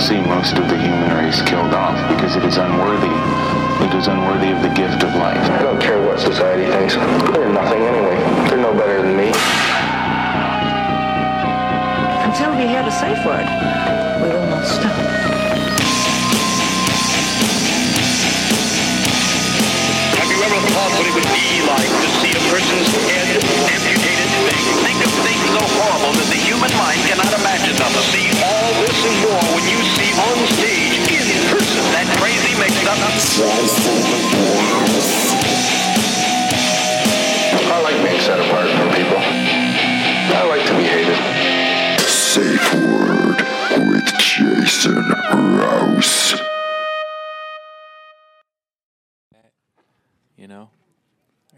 see most of the human race killed off because it is unworthy. It is unworthy of the gift of life. I don't care what society thinks. They're nothing anyway. They're no better than me. Until we hear the safe word, we will not stop. Have you ever thought what it would be like to see a person's head amputated? Think, think of things so horrible that the human mind cannot imagine them. See all this and more when you see on stage, in person, that crazy mix-up. I like being set apart from people. I like to be hated. Safe Word with Jason Rouse. you know?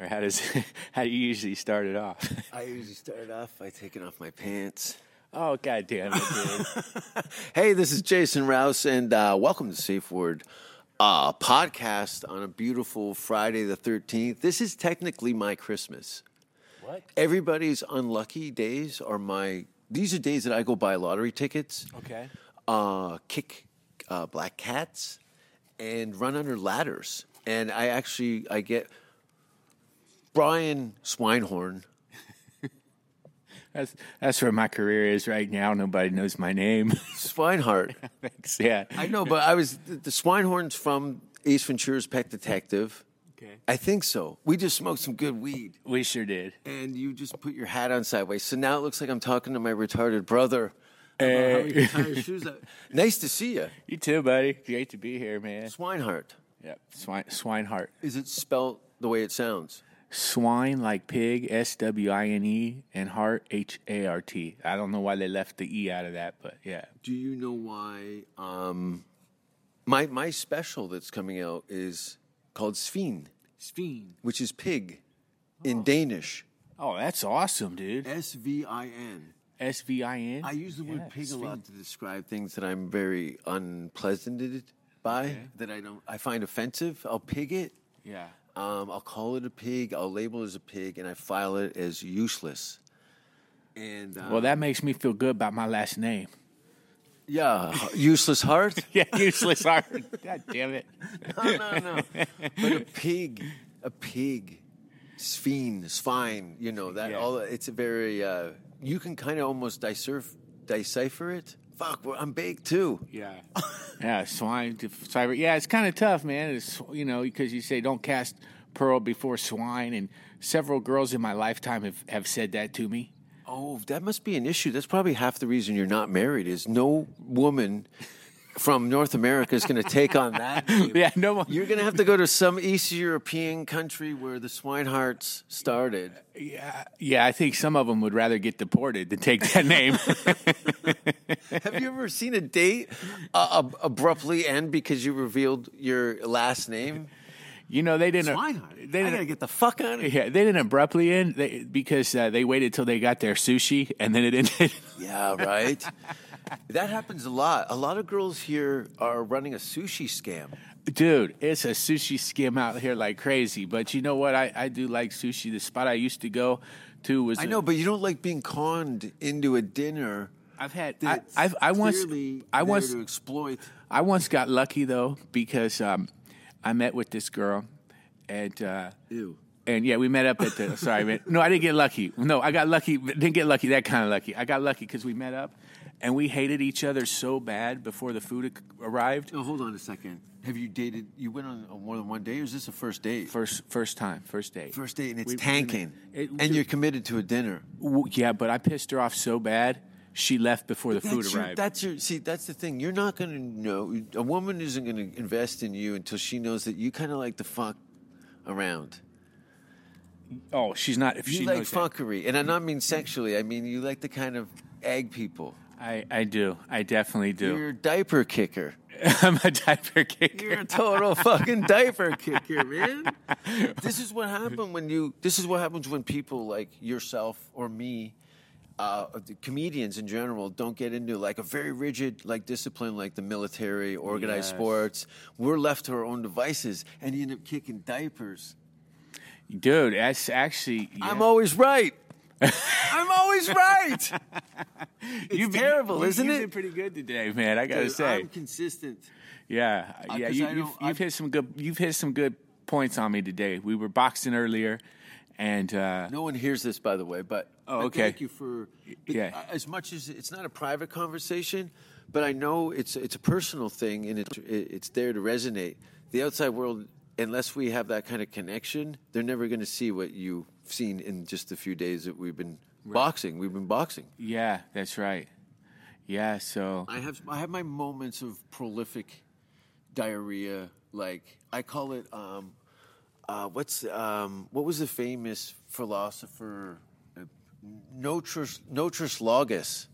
Or how does how do you usually start it off? I usually start off by taking off my pants. oh god damn it, dude. Hey, this is Jason Rouse, and uh, welcome to Safe Word uh, podcast on a beautiful Friday the 13th. This is technically my Christmas. what? Everybody's unlucky days are my, these are days that I go buy lottery tickets, Okay. uh, kick uh, black cats, and run under ladders. And I actually, I get Brian Swinehorn. That's that's where my career is right now. Nobody knows my name. Swinehart. Thanks. Yeah. I know, but I was the, the Swinehorns from Ace Ventura's Pet Detective. Okay. I think so. We just smoked some good weed, We sure did. and you just put your hat on sideways. So now it looks like I'm talking to my retarded brother. about how he Hey. can tie his shoes up. nice to see you, You too, buddy. Great to be here, man. Swinehart. Yep. Swine swinehart. Is it spelt the way it sounds? Swine like pig, S W I N E, and heart H A R T. I don't know why they left the E out of that, but yeah. Do you know why? Um, my my special that's coming out is called Svin, Speen. which is pig in Danish. Oh, that's awesome, dude. S V I N. S V I N. I use the word Yeah, pig a Sveen. lot to describe things that I'm very unpleasanted by that I don't I find offensive. I'll pig it. Yeah. Um, I'll call it a pig. I'll label it as a pig, and I file it as useless. And uh, Well, that makes me feel good about my last name. yeah, useless heart. Yeah, useless iron. God damn it. no, no, no. But a pig, a pig, sphin, spine. You know that Yeah. all. It's a very. Uh, you can kind of almost decipher decipher it. Fuck, well, I'm big too. Yeah. yeah, swine to cyber. Yeah, it's kind of tough, man. It's, you know, because you say don't cast pearl before swine. And several girls in my lifetime have, have said that to me. Oh, that must be an issue. That's probably half the reason you're not married is no woman from North America is going to take on that. Yeah, no one. You're going to have to go to some East European country where the swineharts started. Yeah, yeah, I think some of them would rather get deported than take that name. Have you ever seen a date uh, ab- abruptly end because you revealed your last name? you know, they didn't. Swinehart. They I got didn't. to get the fuck out of here. yeah, they didn't abruptly end they, because uh, they waited till they got their sushi and then it ended. Yeah, right. that happens a lot. A lot of girls here are running a sushi scam. Dude, it's a sushi skim out here like crazy. But you know what? I, I do like sushi. The spot I used to go to was I know, but you don't like being conned into a dinner. I've had I, that's I've, I once clearly I there once to exploit. I once got lucky though because um, I met with this girl and uh, Ew. and yeah we met up at the sorry man no I didn't get lucky no I got lucky but didn't get lucky that kind of lucky I got lucky because we met up and we hated each other so bad before the food ac- arrived hold on a second. Have you dated? You went on on more than one date, or is this a first date? first first time first date First date, and it's We- tanking, it- and you're committed to a dinner. W- yeah but I pissed her off so bad she left before the food that's Your, arrived that's your see. That's the thing. You're not gonna know. A woman isn't gonna invest in you until she knows that you kind of like to fuck around. oh she's not if You she like knows that. fuckery, and I don't mean sexually. I mean you like to kind of egg people. I I do I definitely do You're a diaper kicker. I'm a diaper kicker. You're a total fucking diaper kicker, man. This is what happened when you. This is what happens when people like yourself or me, uh, the comedians in general, don't get into like a very rigid like discipline like the military, Yes. organized sports. We're left to our own devices, and you end up kicking diapers. Dude, that's actually. yeah. I'm always right. I'm always right. It's You've been- terrible, you- isn't you've it? been pretty good today, man. I gotta Dude, say, I'm consistent. yeah, Uh, yeah. 'cause You, I you've, don't- I- you've hit some good. You've hit some good points on me today. We were boxing earlier, and uh, No one hears this, by the way, but Oh, but okay. thank you for. but Yeah. As much as it's not a private conversation, but I know it's it's a personal thing, and it's it's there to resonate. The outside world, unless we have that kind of connection, they're never going to see what you've seen in just the few days that we've been boxing. We've been boxing. yeah, that's right. Yeah, so I have I have my moments of prolific diarrhea. Like I call it. Um, uh, what's um, what was the famous philosopher uh, Notris Notris Logus?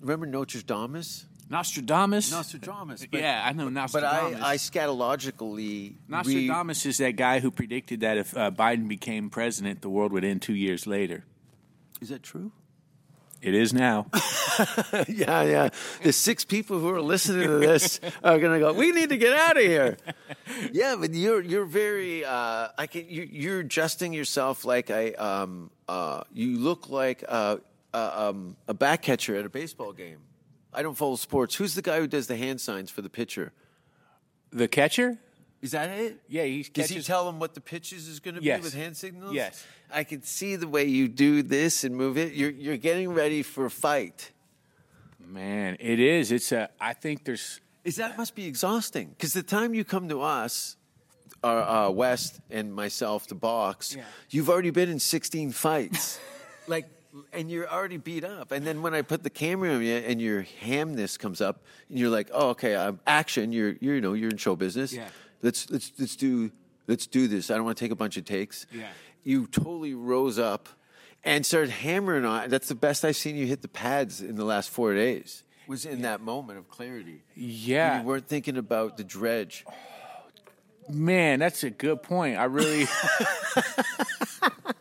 Remember Nostradamus? Nostradamus. Nostradamus. yeah, I know But Nostradamus. I, I scatologically re- Nostradamus is that guy who predicted that if uh, Biden became president, the world would end two years later. is that true? It is now. yeah, yeah. The six people who are listening to this are gonna go. We need to get out of here. Yeah, but you're you're very. Uh, I can. You, you're adjusting yourself like I. Um, uh, you look like uh, uh, um, a back catcher at a baseball game. I don't follow sports. Who's the guy who does the hand signs for the pitcher? the catcher? Is that it? Yeah, he Does he catches- tell them what the pitches is going to Yes. be with hand signals? Yes. I can see the way you do this and move it. You're you're getting ready for a fight. Man, it is. It's a. I think there's. is that must be exhausting because the time you come to us our, uh, west and myself to box you've already been in 16 fights like and you're already beat up and then when i put the camera on you and your hamness comes up and you're like oh okay i'm action you're, you're you know you're in show business Yeah. let's let's let's do let's do this i don't want to take a bunch of takes Yeah. you totally rose up and started hammering on that's the best i've seen you hit the pads in the last four days was in that moment of clarity Yeah, you weren't thinking about the dredge. man, that's a good point. I really.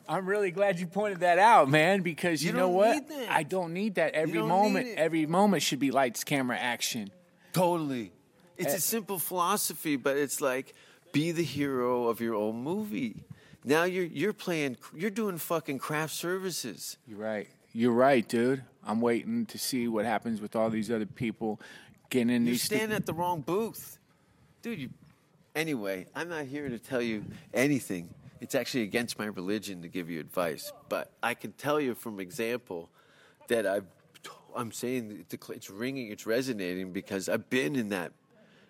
I'm really glad you pointed that out, man, because you, You know don't what? need that. I don't need that every don't moment. need it. Every moment should be lights, camera, action. Totally. It's a simple philosophy, but it's like be the hero of your own movie. Now you're you're playing you're doing fucking craft services. You're right. You're right, dude. I'm waiting to see what happens with all these other people getting in You these. stand at the wrong booth. Dude, you anyway, I'm not here to tell you anything. It's actually against my religion to give you advice, but I can tell you from example that I've I'm saying it's- it's ringing, it's resonating because I've been in that.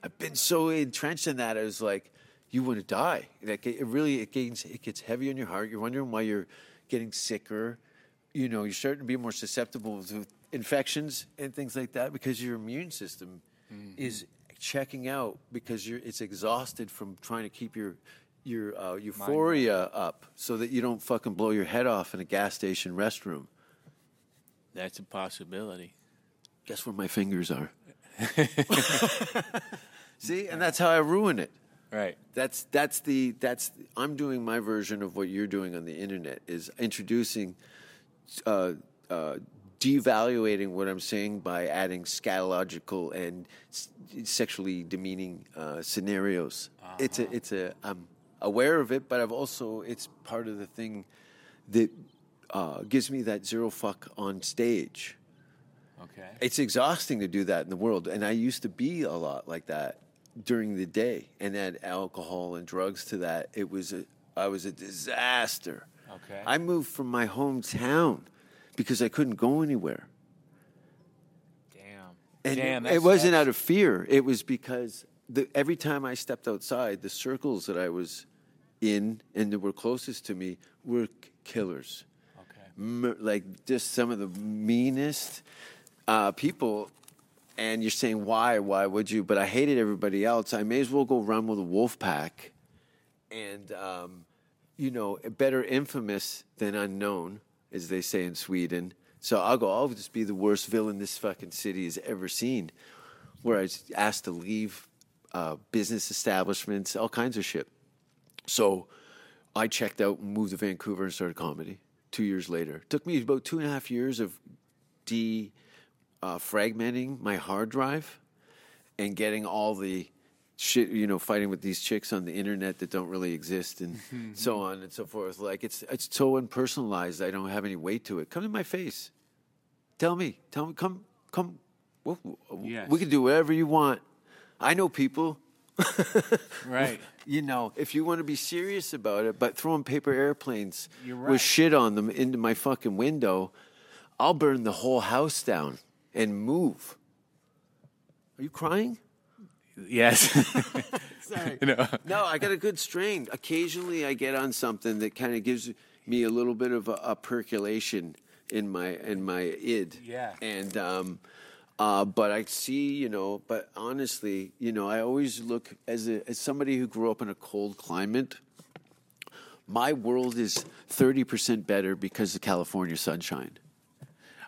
I've been so entrenched in that. I was like, you want to die. Like it really, it gains, it gets heavy on your heart. You're wondering why you're getting sicker. You know, you're starting to be more susceptible to infections and things like that because your immune system is checking out because you're it's exhausted from trying to keep your your uh, euphoria up so that you don't fucking blow your head off in a gas station restroom. That's a possibility. Guess where my fingers are? See, and that's how I ruin it. Right. That's that's the that's I'm doing my version of what you're doing on the internet is introducing, uh, uh, devaluating what I'm saying by adding scatological and s- sexually demeaning uh, scenarios. It's a it's a I'm aware of it, but I've also it's part of the thing that uh, gives me that zero fuck on stage Okay. it's exhausting to do that in the world and i used to be a lot like that during the day and add alcohol and drugs to that it was a, i was a disaster Okay. i moved from my hometown because i couldn't go anywhere Damn. and Damn. it- that it wasn't sucks. out of fear it was because the, every time i stepped outside the circles that i was in and that were closest to me were k- killers Okay. mer- like just some of the meanest uh, people. And you're saying, why? Why would you? But I hated everybody else. I may as well go run with a wolf pack and, um, you know, better infamous than unknown, as they say in Sweden. So I'll go, I'll just be the worst villain this fucking city has ever seen. Where I was asked to leave uh, business establishments, all kinds of shit. So I checked out and moved to Vancouver and started comedy two years later. took me about two and a half years of de uh, fragmenting my hard drive and getting all the shit, you know, fighting with these chicks on the internet that don't really exist and so on and so forth. Like it's it's so unpersonalized. I don't have any weight to it. Come to my face. Tell me. Tell me. Come. Come. We, we- Yes. we can do whatever you want. I know people. Right. You know, if you want to be serious about it, but throwing paper airplanes You're right. with shit on them into my fucking window, I'll burn the whole house down and move. Are you crying? Yes. Sorry. No. No, I got a good strain. Occasionally, I get on something that kind of gives me a little bit of a, a percolation in my in my id. Yeah. And um, uh, but I see, you know, but honestly, you know, I always look as a, as somebody who grew up in a cold climate. My world is thirty percent better because of California sunshine.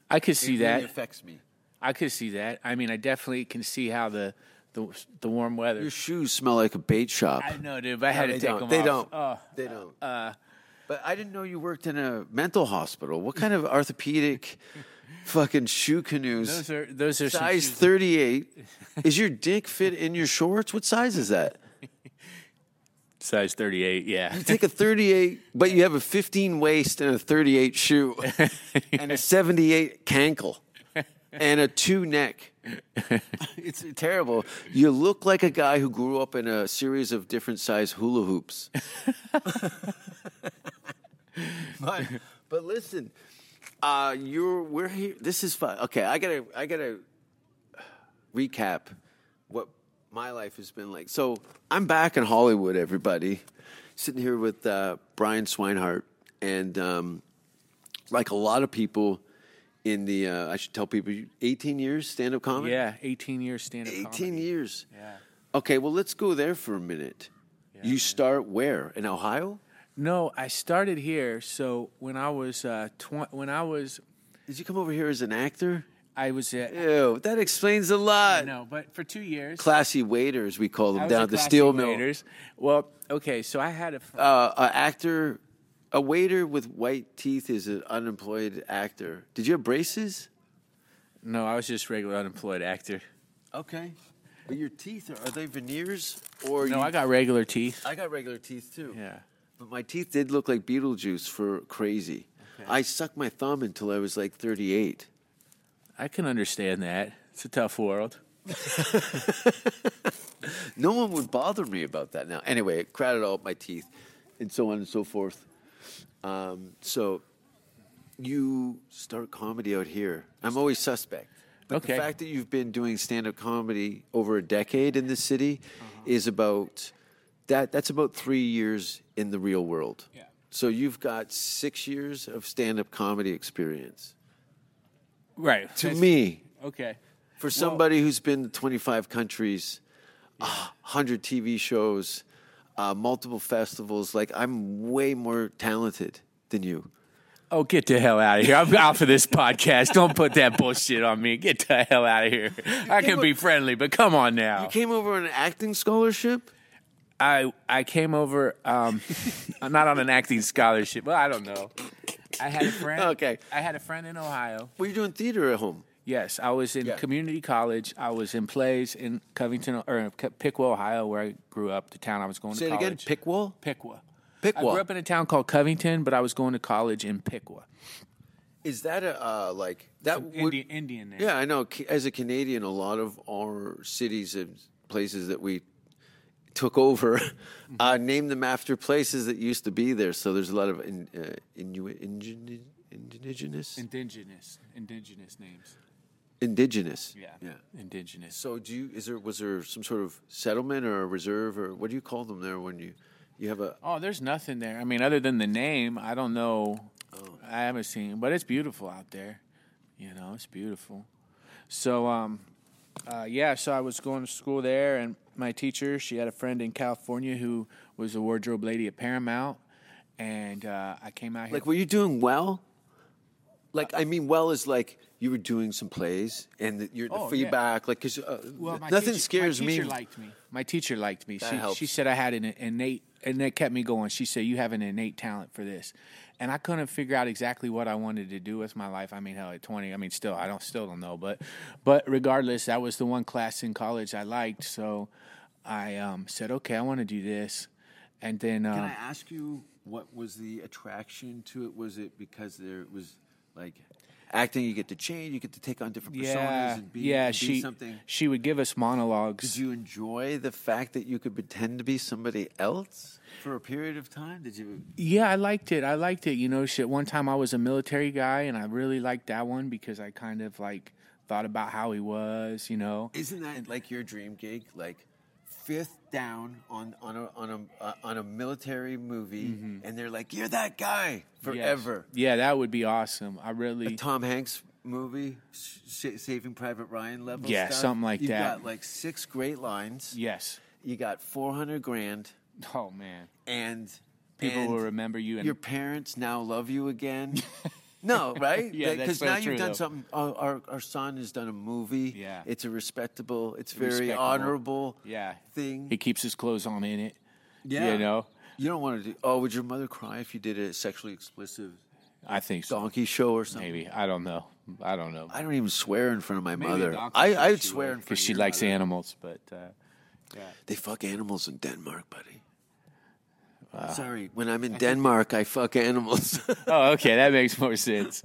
I could see It really that. affects me. I could see that. I mean, I definitely can see how the the, the warm weather. Your shoes smell like a bait shop. I know, dude. But I had to No, they take don't. them They off. Oh, uh, don't. they don't. but I didn't know you worked in a mental hospital. What kind of orthopedic fucking shoe canoes? Those are those are some size shoes- 38. is your dick fit in your shorts? What size is that? size thirty eight. Yeah. You take a 38, but you have a 15 waist and a 38 shoe and a 78 cankle and a two neck. it's terrible. You look like a guy who grew up in a series of different size hula hoops. but, but listen, uh, you're we're here. This is fun. Okay, I gotta I gotta recap what my life has been like. So I'm back in Hollywood, everybody, sitting here with uh, Brian Swinehart, and um, like a lot of people in the uh, I should tell people, you- 18 years stand up comedy. Yeah. Eighteen years stand up. 18 comedy. years. Yeah. Okay, well let's go there for a minute. you start where in Ohio? No, I started here. So when I was uh, tw- when I was Did you come over here as an actor? I was at Ew, that explains a lot. no, but for two years. Classy waiters, we call I them was down a at the classy steel mill. waiters. Well, okay, so I had a f- uh, an actor, a waiter with white teeth is an unemployed actor. Did you have braces? no. I was just regular unemployed actor. Okay. But your teeth are, are they veneers or No, you, I got regular teeth. I got regular teeth too. Yeah. But my teeth did look like Beetlejuice for crazy. I sucked my thumb until I was like 38. I can understand that. It's a tough world. No one would bother me about that now. Anyway, it crowded out my teeth and so on and so forth. Um, so you start comedy out here. I'm always suspect. But Okay. the fact that you've been doing stand up comedy over a decade in this city Uh-huh. is about that that's about three years in the real world. Yeah. So you've got six years of stand up comedy experience. Right. To That's- me, Okay. for somebody who's been to 25 countries, a 100 TV shows, uh, multiple festivals, like I'm way more talented than you. Oh, get the hell out of here. I'm out for this podcast. Don't put that bullshit on me. Get the hell out of here. I can be friendly, but come on now. You came over on an acting scholarship? I I came over um I'm not on an acting scholarship. Well, I don't know. I had a friend. Okay. I had a friend in Ohio. Were you doing theater at home? Yes, I was in Yeah. community college. I was in plays in Covington or Co- Piqua, Ohio, where I grew up, the town I was going Say to it again. college. Pickwall? Piqua. I Piqua. grew up in a town called Covington, but I was going to college in Piqua. Is that a, uh, like, that would. Indian, Indian name. Yeah, I know. Ca- As a Canadian, a lot of our cities and places that we took over uh, named them after places that used to be there. So there's a lot of in, uh, Inuit, ingen, indigenous, Indigenous. Indigenous names. indigenous. Yeah. yeah. Indigenous. So do you? Is there was there some sort of settlement or a reserve or what do you call them there when you you have a? Oh, there's nothing there. I mean, other than the name, I don't know. I haven't seen, but it's beautiful out there. You know, it's beautiful. So, um, uh, yeah. So I was going to school there, and my teacher, she had a friend in California who was a wardrobe lady at Paramount, and uh, I came out here. Like, were you doing well? Like, I mean, well is like you were doing some plays and the, your the Oh, yeah. feedback, like, because uh, Well, my nothing teacher- scares my teacher me. Liked me. My teacher liked me. she helps. she said I had an innate, and that kept me going. She said you have an innate talent for this, and I couldn't figure out exactly what I wanted to do with my life. I mean, hell, at twenty, I mean, still, I don't still don't know, but but regardless, that was the one class in college I liked, so. I um, said, okay, I want to do this. And then, um, Can I ask you what was the attraction to it? Was it because there was like acting? You get to change. You get to take on different yeah, personas and be, yeah, and be she, something. she would give us Did monologues. you enjoy the fact that you could pretend to be somebody else for a period of time? Did you? Yeah, I liked it. I liked it. You know, shit. One time I was a military guy, and I really liked that one because I kind of like thought about how he was. You know, Isn't that like your dream gig? Like fifth down on on a on a uh, on a military movie, and they're like, "You're that guy Mm-hmm. Yes. forever." Yeah, that would be awesome. I really. A Tom Hanks movie, Sa- Saving Private Ryan level. Yeah, stuff. something like You've that. got like six great lines. yes. You got four hundred grand, Oh man, and people and will remember you. And Your parents now love you again. no, right? Yeah, that's because so now true, you've done though. something. Our, our our son has done a movie. Yeah. it's a respectable. It's very Respectable. honorable. yeah, thing. he keeps his clothes on in it. you know. You don't want to do. Oh, would your mother cry if you did a sexually explicit I think so. donkey show or something? Maybe I don't know. I don't know I don't even swear in front of my Maybe a mother. donkey I show I'd she swear would, in front because of she your likes mother. animals. But uh, They fuck animals in Denmark, buddy. Sorry, when I'm in Denmark, I fuck animals. oh, okay, that makes more sense.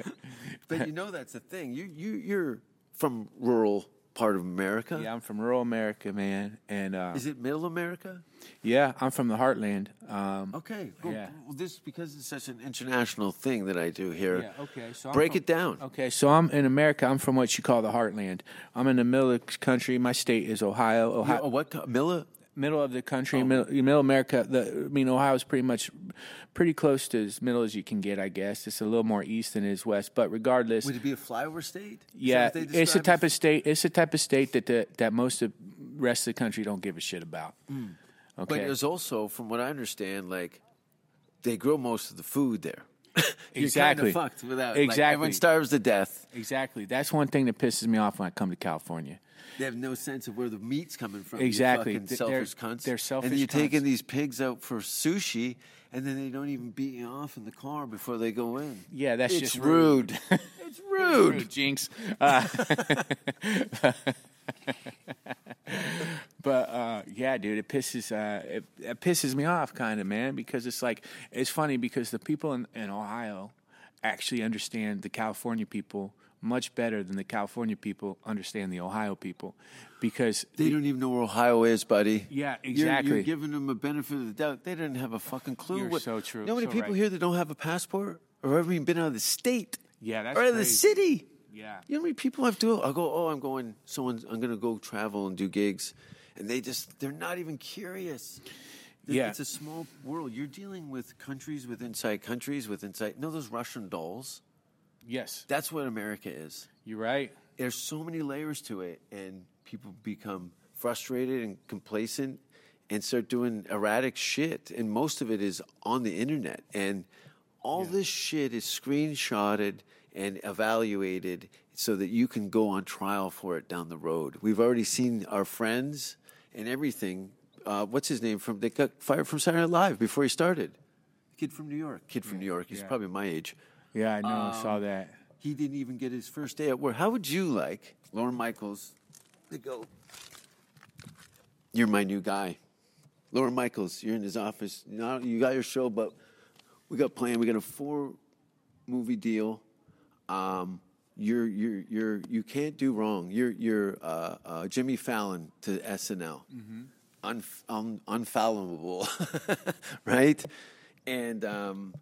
but you know that's the thing. You you you're from rural part of America. Yeah, I'm from rural America, man, and uh, Is it middle America? yeah, I'm from the heartland. Um, Okay. Well, Yeah. well, this because it's such an international thing that I do here. Yeah, okay, so I'm break from- it down. Okay, so I'm in America. I'm from what you call the heartland. I'm in the middle of the country. My state is Ohio. Ohio, You're- oh, what co- Mila? middle of the country, middle, middle America. The, I mean, Ohio is pretty much pretty close to as middle as you can get, I guess. It's a little more east than it is west, but regardless, Would it be a flyover state? Is that yeah, what they it's the describe type it? of state. It's the type of state that the, that most of rest of the country don't give a shit about. Mm. But Okay, there's also, from what I understand, like they grow most of the food there. You're Exactly. Kind of fucked without. Like, Exactly. everyone starves to death. exactly. That's one thing that pisses me off when I come to California. They have no sense of where the meat's coming from. Exactly. You fucking Th- they're- selfish cunts. they're selfish And then you're taking cunts. these pigs out for sushi, and then they don't even beat you off in the car before they go in. Yeah, that's it's just rude. it's rude. Rude, jinx. Uh, but uh, yeah, dude, it pisses uh, it, it pisses me off, kind of man, because it's like it's funny because the people in, in Ohio actually understand the California people much better than the California people understand the Ohio people, because They don't even know where Ohio is, buddy. Yeah, You're- You're, exactly. giving them a benefit of the doubt. They didn't have a fucking clue. You're what, so true, You know how many so people right. here that don't have a passport or ever even been out of the state? Yeah, that's or out of the crazy. city. yeah, You know how many people have to? I go, oh, I'm going. Someone's. I'm going to go travel and do gigs, and they just they're not even curious. Th- Yeah. it's a small world. You're dealing with countries with inside countries with inside. No, those Russian dolls. yes, That's what America is you're right. there's so many layers to it, and people become frustrated and complacent and start doing erratic shit. And most of it is on the internet, and all this shit is screenshotted and evaluated so that you can go on trial for it down the road. We've already seen our friends and everything. Uh, what's his name from? They got fired from Saturday Night Live before he started. Kid from New York. Kid from New York. He's probably my age. Yeah, I know. I saw that. He didn't even get his first day at work. How would you like Lauren Michaels to go? You're my new guy. Lauren Michaels, you're in his office. Now you got your show, but we got planned. We got a four movie deal. Um, you're you're you're you can't do wrong. You're you're uh, uh, Jimmy Fallon to SNL, Unf- un- unfathomable, right? And um,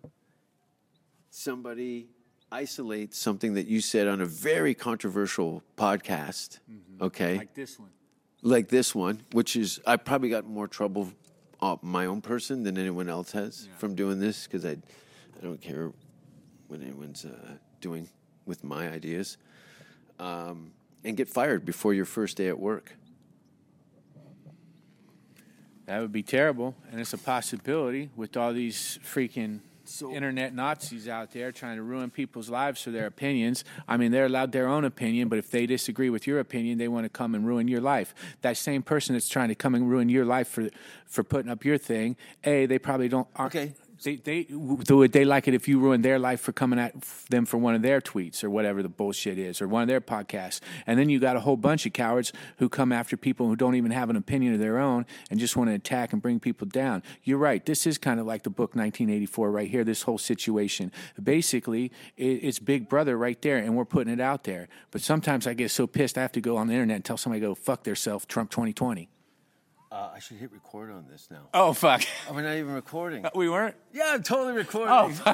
somebody isolates something that you said on a very controversial podcast, okay, like, Like this one. this one, which is I probably got more trouble uh, my own person than anyone else has from doing this because I, I don't care what anyone's uh, doing with my ideas, um, and get fired before your first day at work. That would be terrible, and it's a possibility with all these freaking So- internet Nazis out there trying to ruin people's lives for their opinions. I mean, they're allowed their own opinion, but if they disagree with your opinion, they want to come and ruin your life. That same person that's trying to come and ruin your life for for putting up your thing, a they probably don't. Aren't, Okay, They they so would they like it if you ruined their life for coming at f- them for one of their tweets or whatever the bullshit is or one of their podcasts, and then you got a whole bunch of cowards who come after people who don't even have an opinion of their own and just want to attack and bring people down. You're right. This is kind of like the book 1984 right here. This whole situation, basically, it, it's Big Brother right there, and we're putting it out there. But sometimes I get so pissed I have to go on the internet and tell somebody to go fuck themselves, Trump 2020. Uh, I should hit record on this now. Oh fuck, Oh, we're not even recording. we weren't. Yeah, I'm totally recording. Oh,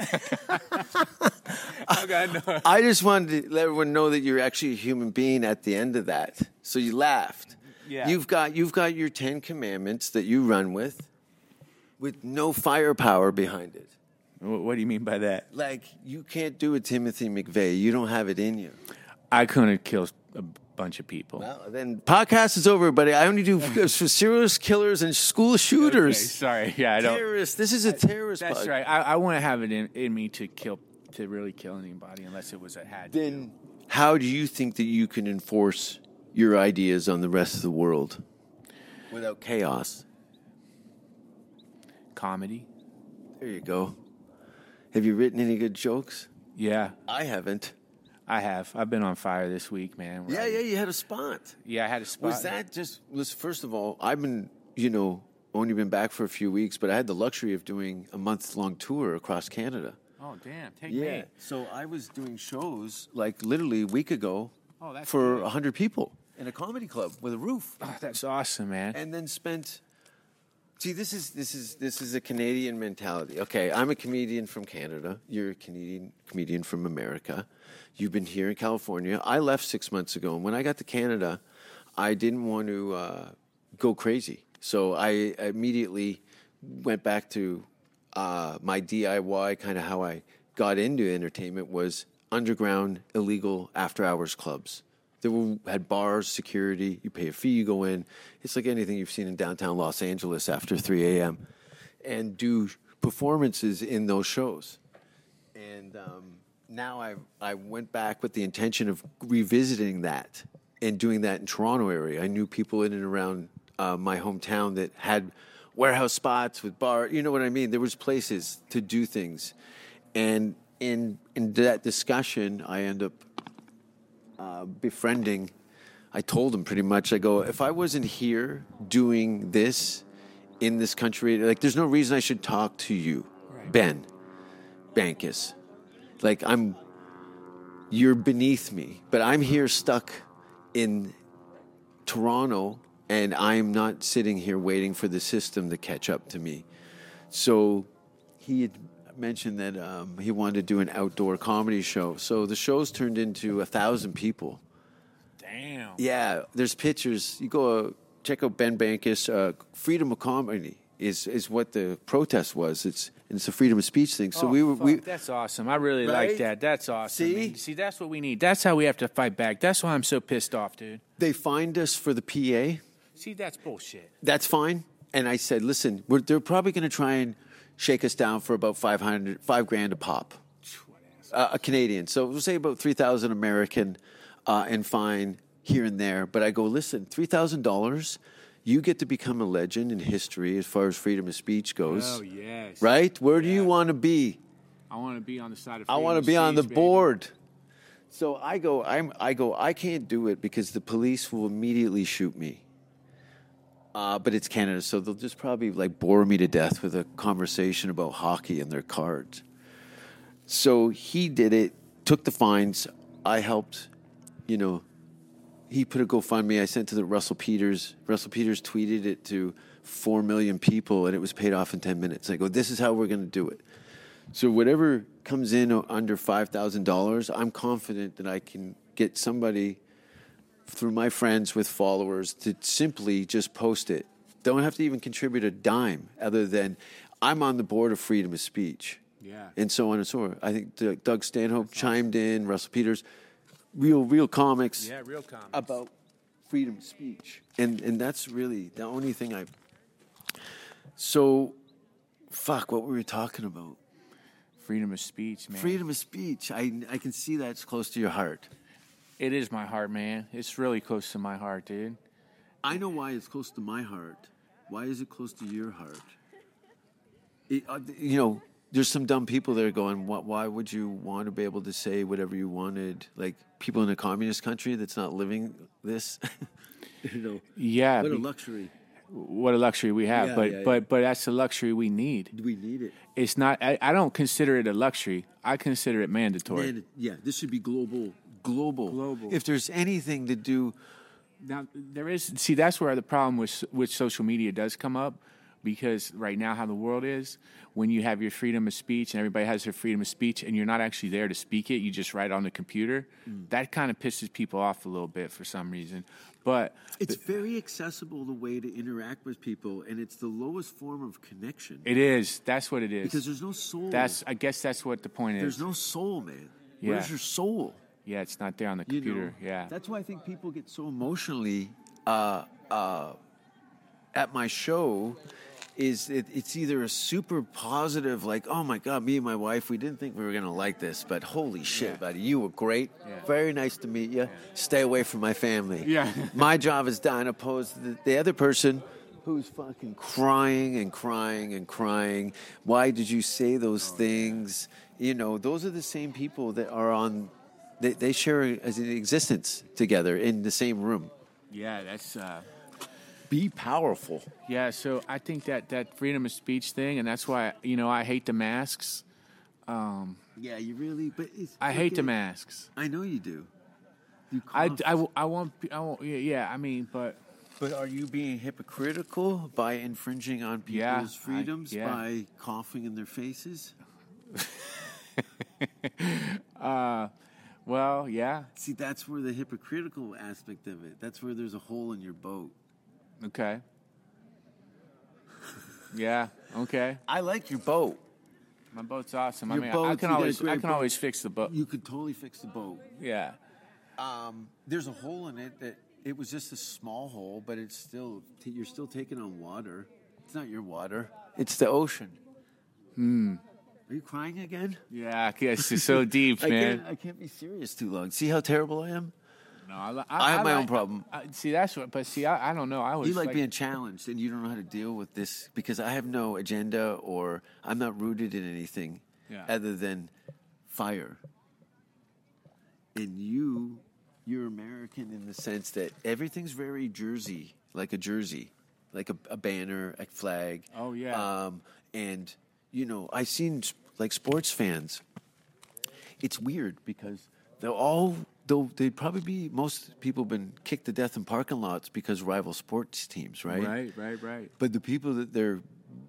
I got no. I just wanted to let everyone know that you're actually a human being at the end of that. So you laughed. Yeah. You've got you've got your Ten Commandments that you run with, with no firepower behind it. Wh- What do you mean by that? Like you can't do a Timothy McVeigh. You don't have it in you. I couldn't kill a bunch of people. Well, then podcast is over, buddy. I only do for serious killers and school Okay, shooters. sorry, yeah, I don't. Terrorists. This is a terrorist. That's pod- right. I, I wouldn't have it in, in me to kill to really kill anybody unless it was a had. to. Then how do you think that you can enforce your ideas on the rest of the world without chaos? Comedy. There you go. Have you written any good jokes? Yeah, I haven't. I have. I've been on fire this week, man. Yeah, Right. yeah, you had a spot. yeah. I had a spot. Was that just was first of all, I've been, you know, only been back for a few weeks, but I had the luxury of doing a month long tour across Canada. Oh damn! Take me. Yeah. So I was doing shows like literally a week ago Oh, that's for good. a hundred people Ah, in a comedy club with a roof. Oh, that's awesome, man. and then spent see this is this is this is a canadian mentality okay i'm a comedian from canada you're a canadian comedian from america you've been here in california i left six months ago and when i got to canada i didn't want to uh, go crazy so i immediately went back to uh, my diy kind of how i got into entertainment was underground illegal after hours clubs they were, had bars, security. You pay a fee, you go in. It's like anything you've seen in downtown Los Angeles after 3 a.m. and do performances in those shows. And um, now I, I went back with the intention of revisiting that and doing that in Toronto area. I knew people in and around uh, my hometown that had warehouse spots with bar. You know what I mean? There was places to do things. And in, in that discussion, I end up befriending, I told him pretty much, I go, if I wasn't here doing this in this country, like, there's no reason I should talk to you, Ben Bankus. Like, I'm, you're beneath me, but I'm here stuck in Toronto and I'm not sitting here waiting for the system to catch up to me. So he had mentioned that um, he wanted to do an outdoor comedy show. So the show's turned into a thousand people. damn. Yeah, there's pictures. You go uh, check out Ben Bankus. Uh, freedom of comedy is is what the protest was. It's it's a freedom of speech thing. So Oh, we were fuck, we that's awesome. I really Right? like that. That's awesome. See? man. see, that's what we need. That's how we have to fight back. That's why I'm so pissed off, dude. they fined us for the PA. See, that's bullshit. That's fine. And I said, listen, we're, they're probably going to try and shake us down for about 500, five grand a pop. Uh, a Canadian. So we'll say about 3,000 American uh, and fine here and there. But I go, listen, $3,000, you get to become a legend in history as far as freedom of speech goes. Oh, yes. Right? Where do you want to be? I want to be on the side of. I want to be on the board. So I go, I'm, I go, I can't do it because the police will immediately shoot me. Uh, but it's Canada, so they'll just probably like bore me to death with a conversation about hockey and their cards. So he did it, took the fines. I helped, you know, he put a GoFundMe. I sent to the Russell Peters. Russell Peters tweeted it to four million people, and it was paid off in ten minutes. I go, this is how we're going to do it. So whatever comes in o- under five thousand dollars, I'm confident that I can get somebody through my friends with followers to simply just post it. Don't have to even contribute a dime, other than I'm on the board of freedom of speech. Yeah. and so on and so on. I think D- Doug Stanhope chimed in, Russell Peters, real real comics Yeah, real comics. about freedom of speech. And and that's really the only thing I So fuck what we were talking about. Freedom of speech, man. Freedom of speech. I I can see that's close to your heart. It is my heart, man. It's really close to my heart, dude. I know why it's close to my heart. Why is it close to your heart? It, uh, you know, there's some dumb people that are going, "Why- why would you want to be able to say whatever you wanted? Like people in a communist country that's not living this. you know, Yeah, what a be- luxury. what a luxury we have. Yeah, but yeah, yeah. but but that's the luxury we need. Do we need it? It's not. I, I don't consider it a luxury. I consider it mandatory. Man, yeah, this should be global. Global. Global. If there's anything to do, Now there is see that's where the problem with with social media does come up because right now how the world is when you have your freedom of speech and everybody has their freedom of speech and you're not actually there to speak it you just write on the computer Mm. that kind of pisses people off a little bit for some reason but it's very accessible the way to interact with people, and it's the lowest form of connection it is that's what it is because there's no soul. that's I guess that's what the point there's is no soul, man. Yeah. Where's your soul? yeah it's not there on the You computer know, yeah That's why I think people get so emotionally uh, uh, at my show. Is it, it's either a super positive, like, oh my God, me and my wife, we didn't think we were gonna like this, but holy shit, buddy, you were great. Yeah. Very nice to meet you. Stay away from my family. Yeah. my job is dying opposed to the, the other person who's fucking crying and crying and crying. Why did you say those things? You know, those are the same people that are on they, they share as an existence together in the same room. yeah that's uh Be powerful. Yeah, so I think that that freedom of speech thing, and that's why you know I hate the masks. Yeah, you really. But it's, I hate the okay, masks. I know you do. You I, cough. I, w- I won't I won't yeah, yeah I mean but but are you being hypocritical by infringing on Yeah, people's I- freedoms yeah. by coughing in their faces? well yeah See, that's where the hypocritical aspect of it. That's where there's a hole in your boat. okay yeah okay I like your boat. my boat's awesome Your I mean I boat's- you can got a always I can great boat. always fix the boat You could totally fix the boat. yeah um, there's a hole in it that it was just a small hole, but it's still you're still taking on water. It's not your water. It's the ocean. Hmm. Are you crying again? yeah I guess it's so deep I can't, man I can't be serious too long. See how terrible I am. no I, li- I have my own like- problem. I, see that's what but see I, I don't know I was You like, being challenged, and you don't know how to deal with this because I have no agenda or I'm not rooted in anything Yeah. other than fire. And you, you're American in the sense that everything's very Jersey, like a jersey, like a, a banner, a flag. Oh, yeah. Um, and you know, I've seen s- like sports fans it's weird because they're all though they'd probably be most people been kicked to death in parking lots because rival sports teams, right? right right right But the people that they're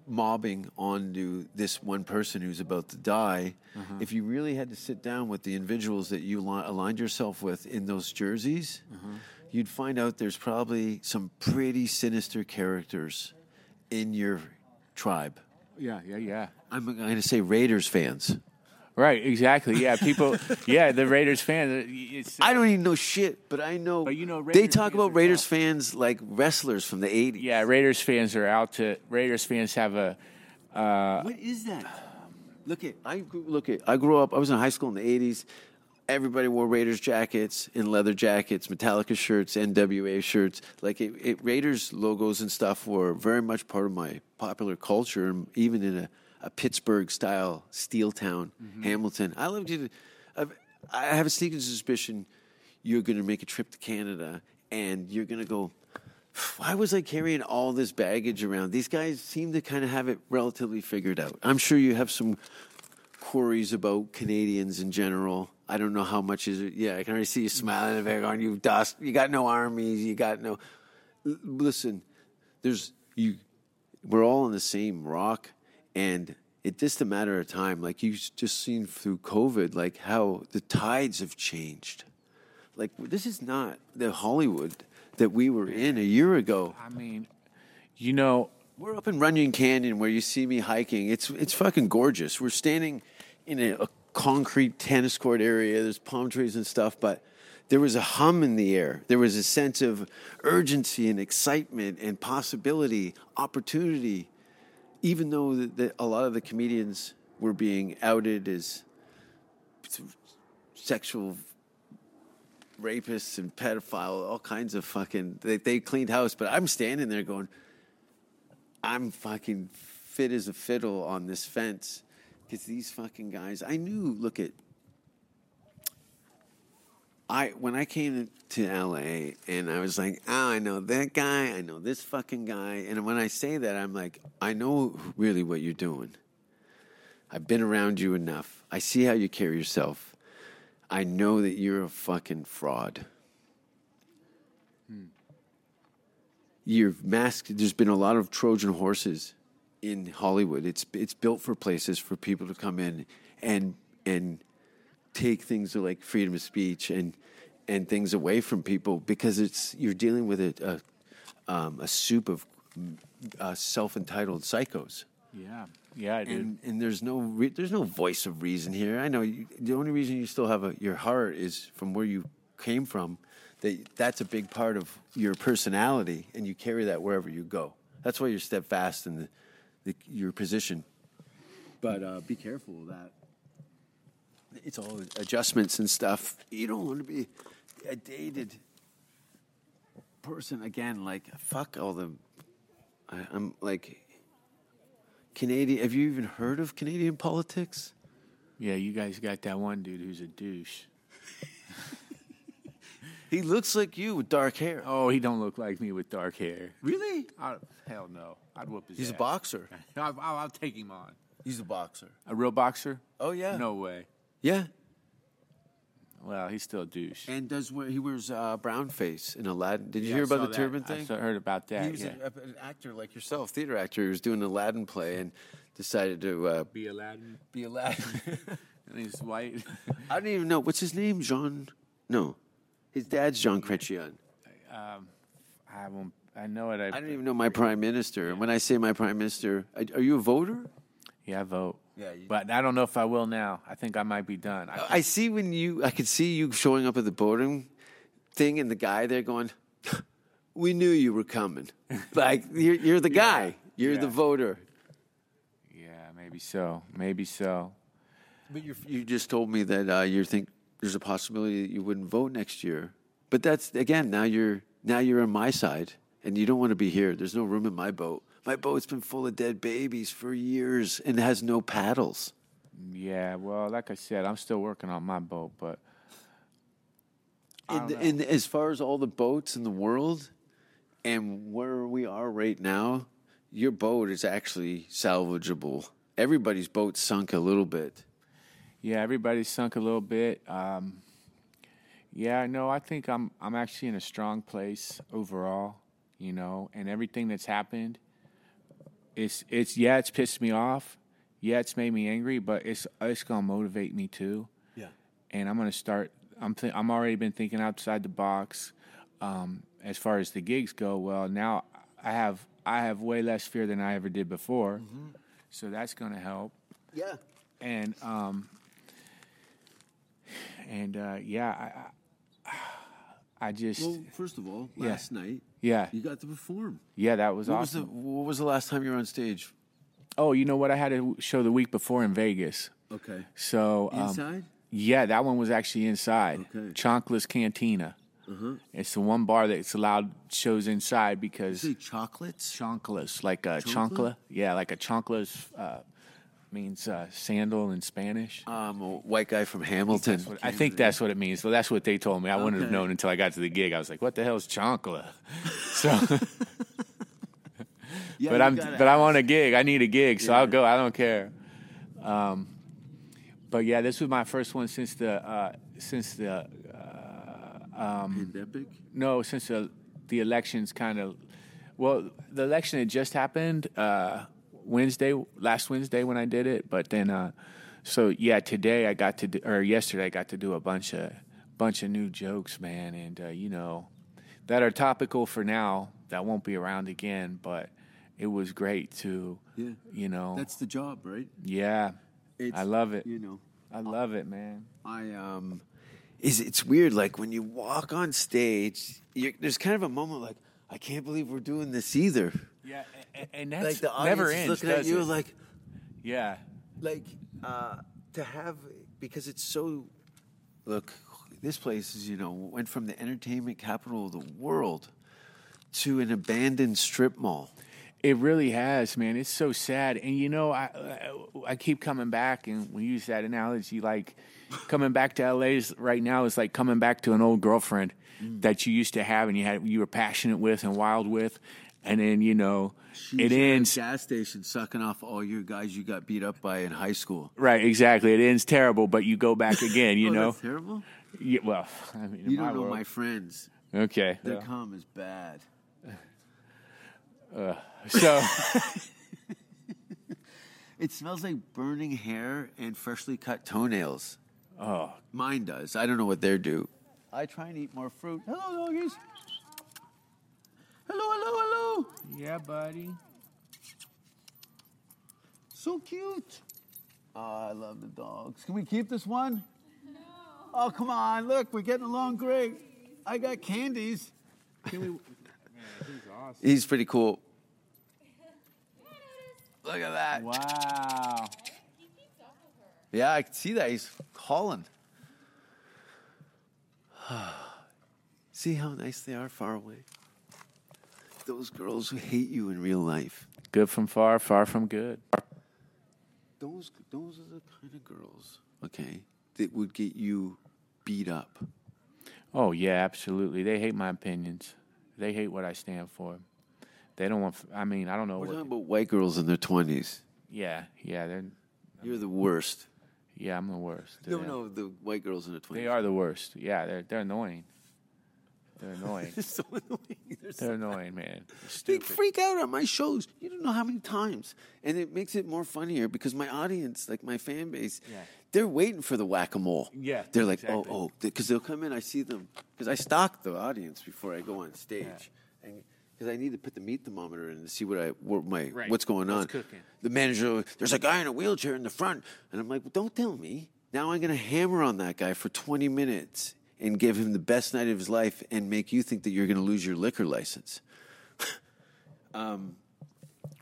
mobbing onto this one person who's about to die, if you really had to sit down with the individuals that you li- aligned yourself with in those jerseys, you'd find out there's probably some pretty sinister characters in your tribe. yeah yeah yeah I'm going to say Raiders fans. right exactly yeah people yeah the Raiders fan it's I don't even know shit, but I know. But you know, they Raiders talk fans about are Raiders tough. fans like wrestlers from the '80s. Yeah, Raiders fans are out to Raiders fans have a What is that? Look at I grew- look at I grew up. I was in high school in the '80s. Everybody wore Raiders jackets and leather jackets, Metallica shirts, NWA shirts. Like it, it, Raiders logos and stuff were very much part of my popular culture, and even in a, a Pittsburgh style steel town, Mm-hmm. Hamilton. I loved it. I've, I have a sneaking suspicion you're going to make a trip to Canada and you're going to go, why was I carrying all this baggage around? These guys seem to kind of have it relatively figured out. I'm sure you have some queries about Canadians in general. I don't know how much is it. Yeah, I can already see you smiling in the background. You dust. You got no armies. You got no. L- Listen, there's you. We're all in the same rock, and it's just a matter of time. Like you have just seen through COVID, like how the tides have changed. Like this is not the Hollywood that we were in a year ago. I mean, you know, We're up in Runyon Canyon where you see me hiking. It's it's fucking gorgeous. We're standing in a, a concrete tennis court area. There's palm trees and stuff, but there was a hum in the air. There was a sense of urgency and excitement and possibility, opportunity. Even though the, the, a lot of the comedians were being outed as sexual rapists and pedophile, all kinds of fucking. They, they cleaned house, but I'm standing there going, I'm fucking fit as a fiddle on this fence Because these fucking guys, I knew. Look at, I when I came to LA and I was like, oh, I know that guy, I know this fucking guy, and when I say that, I'm like, I know really what you're doing. I've been around you enough. I see how you carry yourself. I know that you're a fucking fraud. You've masked. There's been a lot of Trojan horses in Hollywood. It's it's built for places for people to come in and and take things like freedom of speech and and things away from people because it's you're dealing with a a, um, a soup of uh, self entitled psychos Yeah. Yeah, dude. and, and there's no re- there's no voice of reason here. I know you, the only reason you still have a, your heart is from where you came from. That that's a big part of your personality, and you carry that wherever you go. That's why you're steadfast in the, the, your position. But uh, be careful of that. It's all adjustments and stuff. You don't want to be a dated person again. Like fuck all the. I, I'm like Canadian. Have you even heard of Canadian politics? yeah, you guys got that one dude who's a douche. He looks like you with dark hair. Oh, he don't look like me with dark hair. really? I, hell no. I'd whoop his He's ass. a boxer. I'll, I'll, I'll take him on. He's a boxer. A real boxer? Oh yeah. No way. Yeah. Well, he's still a douche. And does wear, he wears uh, brown face in Aladdin? Did you Yeah, hear I about saw the that. turban I thing? saw- heard about that. he was yeah. a- a- an actor like yourself, theater actor. He was doing an Aladdin play and decided to uh, Be Aladdin, be Aladdin. and he's white. I don't even know what's his name. Jean? No, his dad's Jean Chrétien. I won't. I know it. I, I don't even know my prime minister. And when I say my prime minister, I, are you a voter? Yeah, I vote. Yeah, you- Uh. but I don't know if I will now. I think I might be done. I, I see when you, I could see you showing up at the boarding thing, and the guy there going, "We knew you were coming." Like you're, you're the guy, you're the Yeah. voter. yeah, maybe so. Maybe so. But you you just told me that uh, you think there's a possibility that you wouldn't vote next year. But that's again now you're now you're on my side, and you don't want to be here. There's no room in my boat. My boat's been full of dead babies for years and has no paddles. Yeah. Well, like I said, I'm still working on my boat, but in, the, in as far as all the boats in the world and where we are right now, your boat is actually salvageable. Everybody's boat sunk a little bit. yeah, everybody's sunk a little bit. Um, yeah, no, I think I'm. I'm actually in a strong place overall. You know, and everything that's happened, it's it's yeah, it's pissed me off. Yeah, it's made me angry, but it's it's gonna motivate me too. Yeah. and I'm gonna start. I'm th- I'm already been thinking outside the box, um, as far as the gigs go. Well, now I have I have way less fear than I ever did before, Mm-hmm. so that's gonna help. Yeah. And um, and uh, yeah, I I, I just Well, first of all, last night yeah you got to perform. yeah that was What was the awesome. what was the last time you were on stage? oh, you know what? I had a show the week before in Vegas, Okay. so um, Inside? Yeah, that one was actually inside. Okay. Uh-huh. Chonkla's Cantina. It's the one bar that's allowed shows inside because Say chocolates? Chonkla's, like a Choncla? choncla. Yeah, like a choncla's uh, means uh, sandal in Spanish. Um, a white guy from Hamilton. I think that's what it means. So that's what they told me. I wouldn't have Okay. known until I got to the gig. I was like, "What the hell's choncla?" So, Yeah, but you I'm gotta but I'm on a gig. I need a gig, so I'll go. I don't care. Um, but yeah, this was my first one since the uh, since the pandemic. No, since the, the elections kind of, well, the election had just happened uh, Wednesday, last Wednesday when I did it. But then, uh, so yeah, today I got to, do, or yesterday I got to do a bunch of, bunch of new jokes, man, and uh, you know, that are topical for now that won't be around again. But it was great to, Yeah. you know, That's the job, right? yeah, I It's- love it. You know. I love it, man. I um, is it's weird. Like when you walk on stage, you there's kind of a moment like, I can't believe we're doing this either. Yeah, and, that's Like the audience never is ends. looking at you like, yeah, like uh, to have because it's so. Look, this place is you know went from the entertainment capital of the world to an abandoned strip mall. It really has, man. It's so sad, and you know, I uh, I- I keep coming back, and we use that analogy. Like coming back to LA is, right now is like coming back to an old girlfriend Mm. that you used to have, and you had you were passionate with and wild with, and then you know it ends gas station sucking off all your guys you got beat up by in high school. right exactly. It ends terrible, but you go back again. You oh, know, that's terrible. Yeah, well, I mean, in You don't know world- my friends. okay. Their well. cum is bad. So It smells like burning hair and freshly cut toenails. Oh, mine does. I don't know what they do. I try and eat more fruit. Hello, doggies. Hello, hello, hello. yeah, buddy. So cute. Oh, I love the dogs. Can we keep this one? No. Oh, come on. Look, we're getting along great. I got candies. Can we? Man, he's awesome. He's pretty cool. Look at that. Wow. Yeah, I can see that. He's calling. see how nice they are far away? Those girls who hate you in real life. Good from far, far from good. Those, those are the kind of girls, okay, that would get you beat up. Oh yeah, absolutely. They hate my opinions. They hate what I stand for. They don't want. I mean, I don't know We're what. talking about white girls in their 20s. yeah, yeah, they're. You're the worst. Yeah, I'm the worst. to No, them. no, the white girls in their 20s. They are the worst. Yeah, they're they're annoying. They're annoying. They're so annoying. They're so- they're annoying, man. They Stupid. freak out on my shows. You don't know how many times, and it makes it more funnier because my audience, like my fan base, Yeah. they're waiting for the whack a mole. Yeah, they're like, exactly. oh, oh, because they'll come in. I see them because I stock the audience before I go on stage, and because I need to put the meat thermometer in to see what I what my Right. what's going on. What's cooking. The manager, there's a guy in a wheelchair in the front, and I'm like, well, don't tell me. Now I'm gonna hammer on that guy for 20 minutes and give him the best night of his life and make you think that you're gonna lose your liquor license.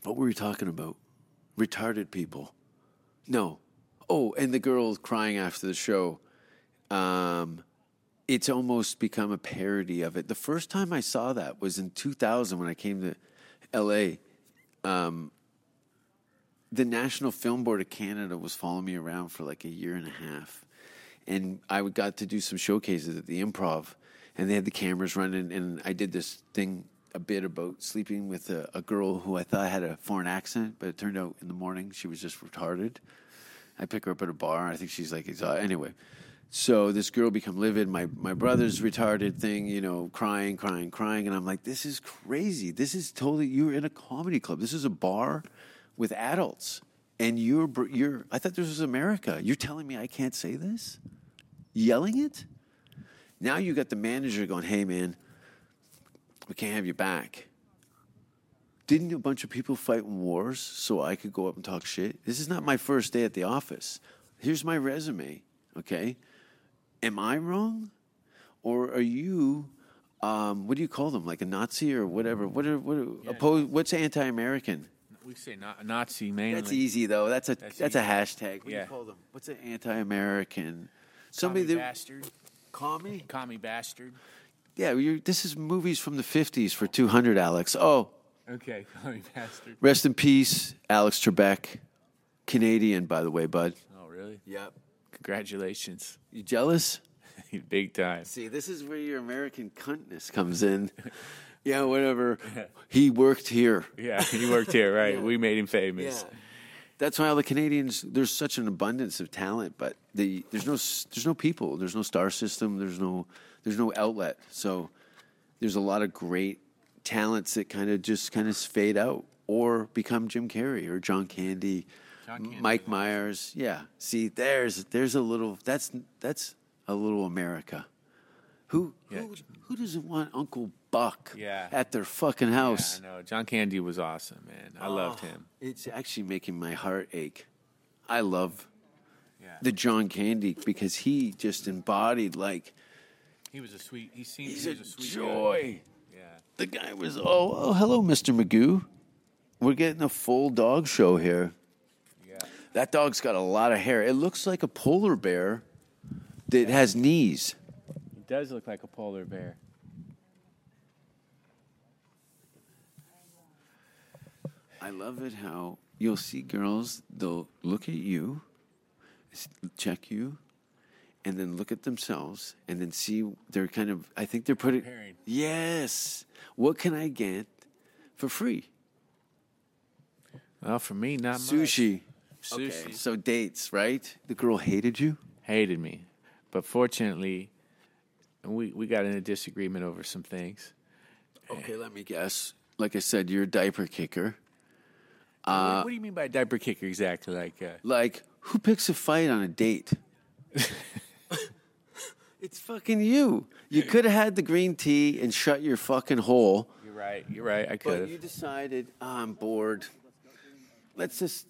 What were we talking about? Retarded people. No. Oh, and the girl crying after the show. Um, it's almost become a parody of it. The first time I saw that was in 2000 when I came to LA. Um, the National Film Board of Canada was following me around for like a year and a half. And I would- got to do some showcases at the improv, and they had the cameras running. And I did this thing a bit about sleeping with a, a girl who I thought had a foreign accent, but it turned out in the morning she was just retarded. I pick her up at a bar. I think she's like exhausted. Anyway, so this girl become livid. My my brother's retarded thing, you know, crying, crying, crying, and I'm like, this is crazy. This is totally. You're in a comedy club. This is a bar with adults, and you're br- you're. I thought this was America. You're telling me I can't say this? Yelling it? Now you got the manager going, hey man, we can't have you back. Didn't a bunch of people fight in wars so I could go up and talk shit? This is not my first day at the office. Here's my resume, okay? Am I wrong? Or are you, um, what do you call them, like a Nazi or whatever? What are, what are, oppose, what's anti American? We say na- Nazi mainly. That's easy though. That's a that's, That's a hashtag. What do Yeah. you call them? What's an anti American? Commie Somebody that bastard. commie? Commie bastard. Yeah, you're, this is movies from the 50s for 200, Alex. Oh, Okay, commie bastard. rest in peace, Alex Trebek. Canadian, by the way, bud. Oh really? Yep. Congratulations, You jealous? big time. See, this is where your American cuntness comes in. yeah, whatever. He worked here. Yeah, he worked here, right? We made him famous. That's why all the Canadians there's such an abundance of talent, but the there's no s- there's no people, there's no star system, there's no there's no outlet. So there's a lot of great talents that kind of just kind of fade out or become Jim Carrey or John Candy, Mike Myers. Yeah. See, there's there's a little that's that's a little America. Who who, who doesn't want Uncle Buck Yeah. at their fucking house? I know. John Candy was awesome, man. I Oh. loved him. It's actually making my heart ache. I love Yeah. the John Candy because he just embodied like He was a sweet. He seemed. he's he a was a sweet joy. Guy. Yeah. The guy was oh oh hello Mr. Magoo. We're getting a full dog show here. Yeah. That dog's got a lot of hair. It looks like a polar bear that has knees. He does look like a polar bear. I love it how you'll see girls, they'll look at you, s- check you, and then look at themselves and then see they're kind of, I think they're putting, Comparing. yes, what can I get for free? Well, for me, not Sushi. much. Sushi. Okay, so dates, right? The girl hated you? hated me. But fortunately, we, we got in a disagreement over some things. Okay, let me guess. Like I said, you're a diaper kicker. Uh, what do you mean by diaper kicker exactly? Like, uh, Like, who picks a fight on a date? it's fucking you. You could have had the green tea and shut your fucking hole, you're right. You're right. I could but you have. decided "Ah, I'm bored. Let's just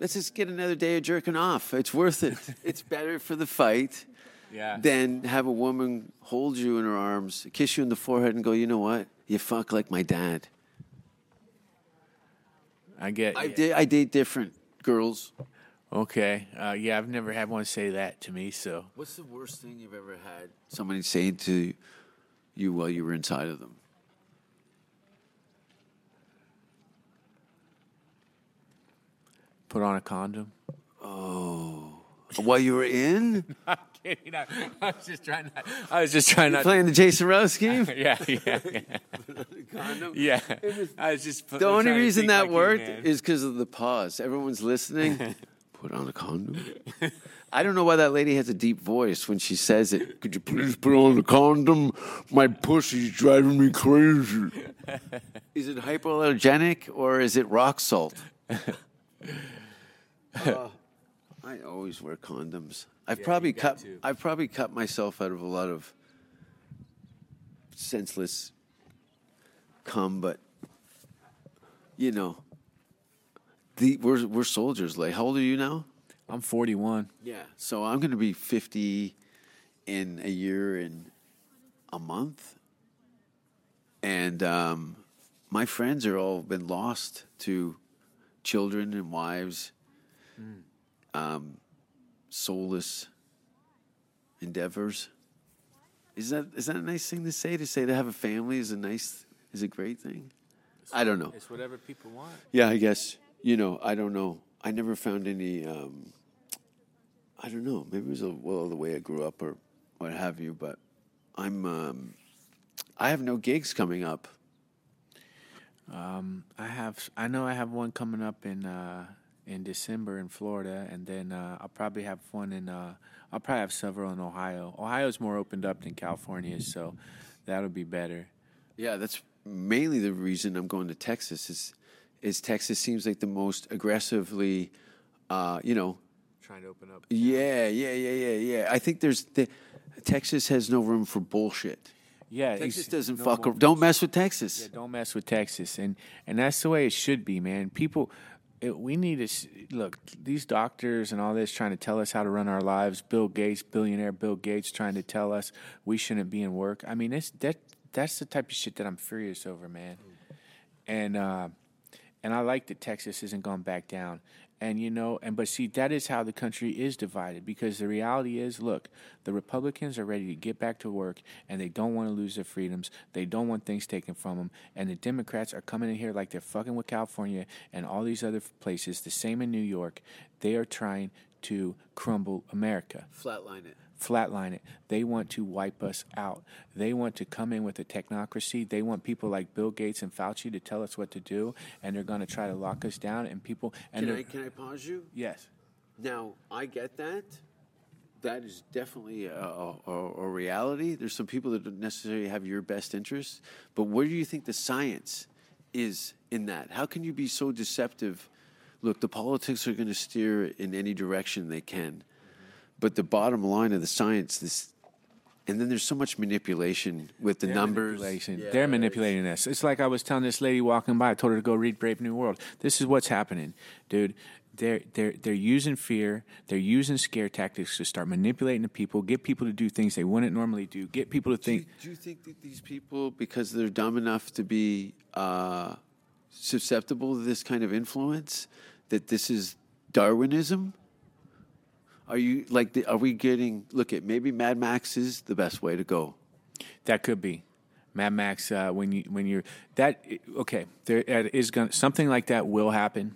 let's just get another day of jerking off. It's worth it. it's better for the fight Yeah. than have a woman hold you in her arms, kiss you in the forehead, and go, you know what? You fuck like my dad. I get. I yeah. did. I date different girls. Okay. Uh, yeah, I've never had one say that to me. So What's the worst thing you've ever had? Somebody saying to you while you were inside of them. put on a condom. While you were in? I'm kidding. I, I was just trying. Not, I was just trying not. Playing the Jason Rouse game? yeah, yeah, yeah. yeah. I was just. The only reason that worked is because of the pause. Everyone's listening. Put on a condom. I don't know why that lady has a deep voice when she says it. Could you please put on a condom? My pussy's driving me crazy. is it hypoallergenic or is it rock salt? Uh, I always wear condoms. I've probably got cut. to. I've probably cut myself out of a lot of senseless cum, but you know, the we're we're soldiers. Like, how old are you now? I'm 41. Yeah. So I'm going to be 50 in a year and a month. And um, my friends are all been lost to children and wives, Hmm. um, soulless endeavors. Is that is that a nice thing to say? To say to have a family is a nice is a great thing. I don't know. It's whatever people want. Yeah, I guess you know. I don't know. I never found any. Um, I don't know. Maybe it was a, well the way I grew up or what have you. But I'm. Um, I have no gigs coming up. I have. I know I have one coming up in uh, in December in Florida, and then uh, I'll probably have one in. Uh, I'll probably have several in Ohio. Ohio's more opened up than California, so that'll be better. Yeah, that's mainly the reason I'm going to Texas. Is is Texas seems like the most aggressively, uh, you know, Trying to open up. yeah, yeah, yeah, yeah, yeah. I think there's the, Texas has no room for bullshit. Yeah, Texas it's- doesn't no fuck. more- Ar- don't mess with Texas. Yeah, don't mess with Texas, and and that's the way it should be, man. People, it, we need to s- look. These doctors and all this trying to tell us how to run our lives. Bill Gates, billionaire Bill Gates, trying to tell us we shouldn't be in work. I mean, that's that that's the type of shit that I'm furious over, man. And uh, and I like that Texas hasn't gone back down. And you know, and but see, that is how the country is divided because the reality is, look, the Republicans are ready to get back to work, and they don't want to lose their freedoms. They don't want things taken from them. And the Democrats are coming in here like they're fucking with California and all these other places. The same in New York. They are trying to crumble America Flatline it. flatline it. They want to wipe us out. They want to come in with a technocracy. They want people like Bill Gates and Fauci to tell us what to do, and they're going to try to lock us down. And people and Can I they're- can I pause you? yes, Now, I get that. That is definitely a, a, a reality. There's some people that don't necessarily have your best interests, but where do you think the science is in that? How can you be so deceptive? Look, the politics are going to steer in any direction they can, but the bottom line of the science, this, and then there's so much manipulation with the numbers. manipulation. Yeah, They're it's- manipulating us. It's like I was telling this lady walking by. I told her to go read Brave New World. This is what's happening, dude. They're they're they're using fear. They're using scare tactics to start manipulating the people. Get people to do things they wouldn't normally do. Get people to Do think. you, do you think that these people, because they're dumb enough to be uh, susceptible to this kind of influence, that this is Darwinism? Are you like, the, are we getting? Look at maybe Mad Max is the best way to go. That could be. Mad Max, uh, when you when you're that okay, there that is going to something like that will happen.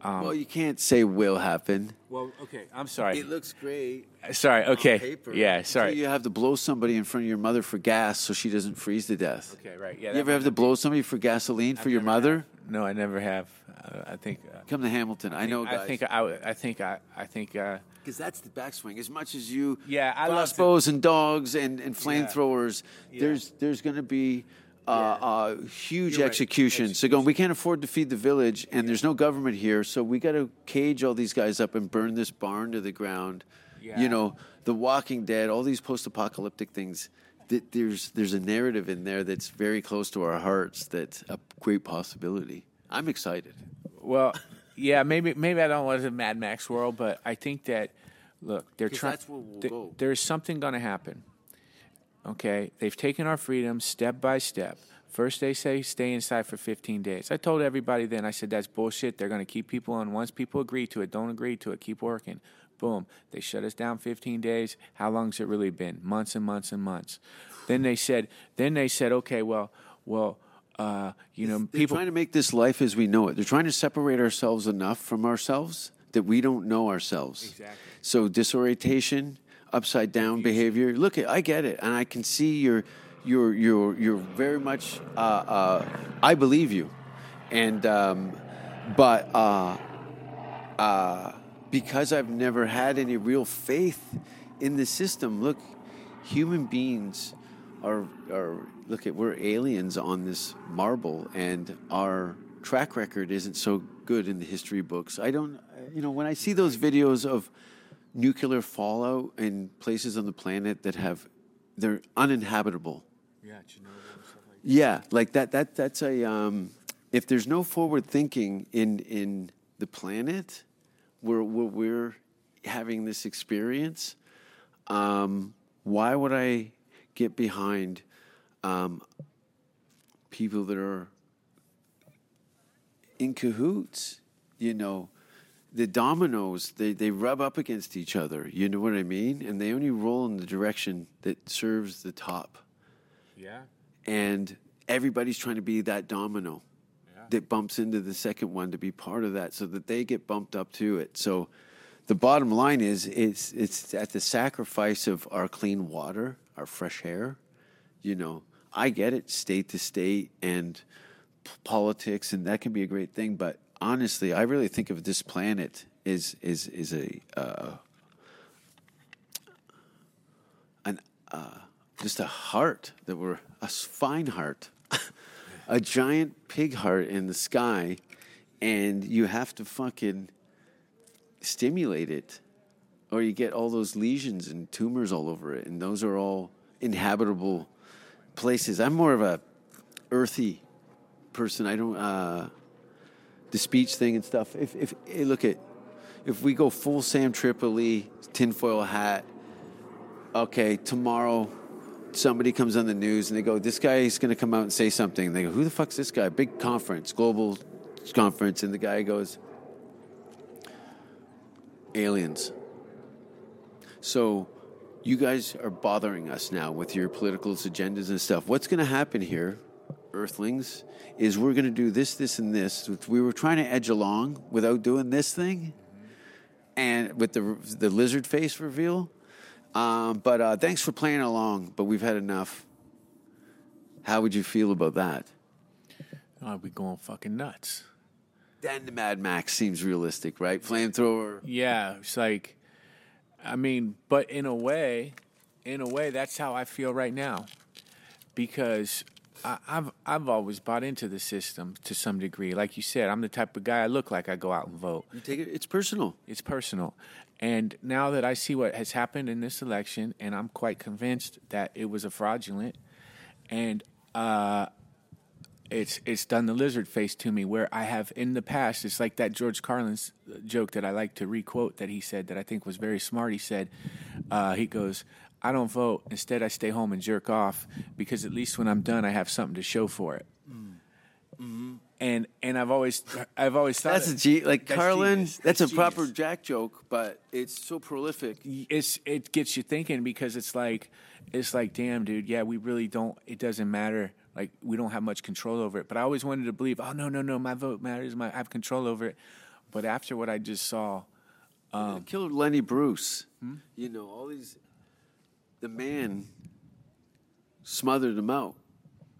Um, well, you can't say will happen. Well, okay, I'm sorry, Uh, It looks great. sorry, okay, paper. yeah, Until sorry, you have to blow somebody in front of your mother for gas so she doesn't freeze to death. okay, right, yeah. you that- ever have to blow somebody for gasoline for your never mother? no, I never have. Uh, I think. Uh, Come to Hamilton. I, know, guys. I think I, I think I, I think uh, because that's the backswing. As much as you, Yeah, I love to- crossbows and dogs and, and flamethrowers, there's there's going to be uh, uh, huge You're right. executions. So going, we can't afford to feed the village, and there's no government here, so we got to cage all these guys up and burn this barn to the ground. Yeah. You know, The Walking Dead, all these post-apocalyptic things. th- There's there's a narrative in there that's very close to our hearts. That's a great possibility. I'm excited. well, yeah, maybe maybe I don't want to Mad Max world, but I think that look, they're 'Cause trying. that's where we'll go. There's something going to happen. Okay, they've taken our freedom step by step. First, they say stay inside for 15 days. I told everybody then, I said, that's bullshit. They're going to keep people on. Once people agree to it, don't agree to it, keep working. Boom. They shut us down 15 days. How long's it really been? Months and months and months. Then they said, then they said, okay, well, well, uh, you know, They're people. trying to make this life as we know it. They're trying to separate ourselves enough from ourselves that we don't know ourselves. Exactly. So disorientation, upside down behavior. Look, I get it, and I can see you're, you're, you're, you're very much. Uh, uh, I believe you, and um, but. Uh, because I've never had any real faith in the system. Look, human beings are are look at we're aliens on this marble, and our track record isn't so good in the history books. I don't, you know, when I see those videos of nuclear fallout in places on the planet that have they're uninhabitable. Yeah, like that. That that's a. Um, if there's no forward thinking in in the planet, where where we're having this experience, um, why would I get behind um, people that are in cahoots? You know, the dominoes they they rub up against each other. You know what I mean? And they only roll in the direction that serves the top yeah. and everybody's trying to be that domino that bumps into the second one to be part of that so that they get bumped up to it so the bottom line is it's it's at the sacrifice of our clean water our fresh air you know i get it state to state and p- politics and that can be a great thing but honestly i really think of this planet is is is a uh, an just a heart that were a s- fine heart, a giant pig heart in the sky, and you have to fucking stimulate it, or you get all those lesions and tumors all over it, and those are all inhabitable places. I'm more of a earthy person. I don't uh, the speech thing and stuff. If if eh, look at if we go full Sam Tripoli tinfoil hat, okay, tomorrow somebody comes on the news and they go, this guy is going to come out and say something. And they go, who the fuck's this guy? Big conference, global conference. And the guy goes, aliens. So you guys are bothering us now with your political agendas and stuff. What's going to happen here, Earthlings, is we're going to do this, this, and this. If we were trying to edge along without doing this thing, and with the the lizard face reveal. Um, but uh, thanks for playing along. But we've had enough. How would you feel about that? I'd be oh, going fucking nuts. Then the Mad Max seems realistic, right? Flamethrower. Yeah, it's like, I mean, but in a way, in a way, that's how I feel right now, because I, I've I've always bought into the system to some degree. Like you said, I'm the type of guy I look like. I go out and vote. You take it. It's personal. It's personal, and now that I see what has happened in this election, and I'm quite convinced that it was a fraudulent, and uh, it's it's done the lizard face to me where I have in the past it's like that George Carlin's joke that I like to requote that he said that I think was very smart. He said, uh, he goes, I don't vote. Instead, I stay home and jerk off because at least when I'm done, I have something to show for it. and and I've always I've always thought Mm. That's a it- G. Like that's Carlin, genius. that's, a genius. proper Jack joke, but it's so prolific. it's it gets you thinking because it's like it's like damn dude yeah we really don't it doesn't matter like we don't have much control over it but i always wanted to believe oh no no no my vote matters my, i have control over it but after what i just saw Killer Lenny Bruce. You know, all these. The man smothered him out.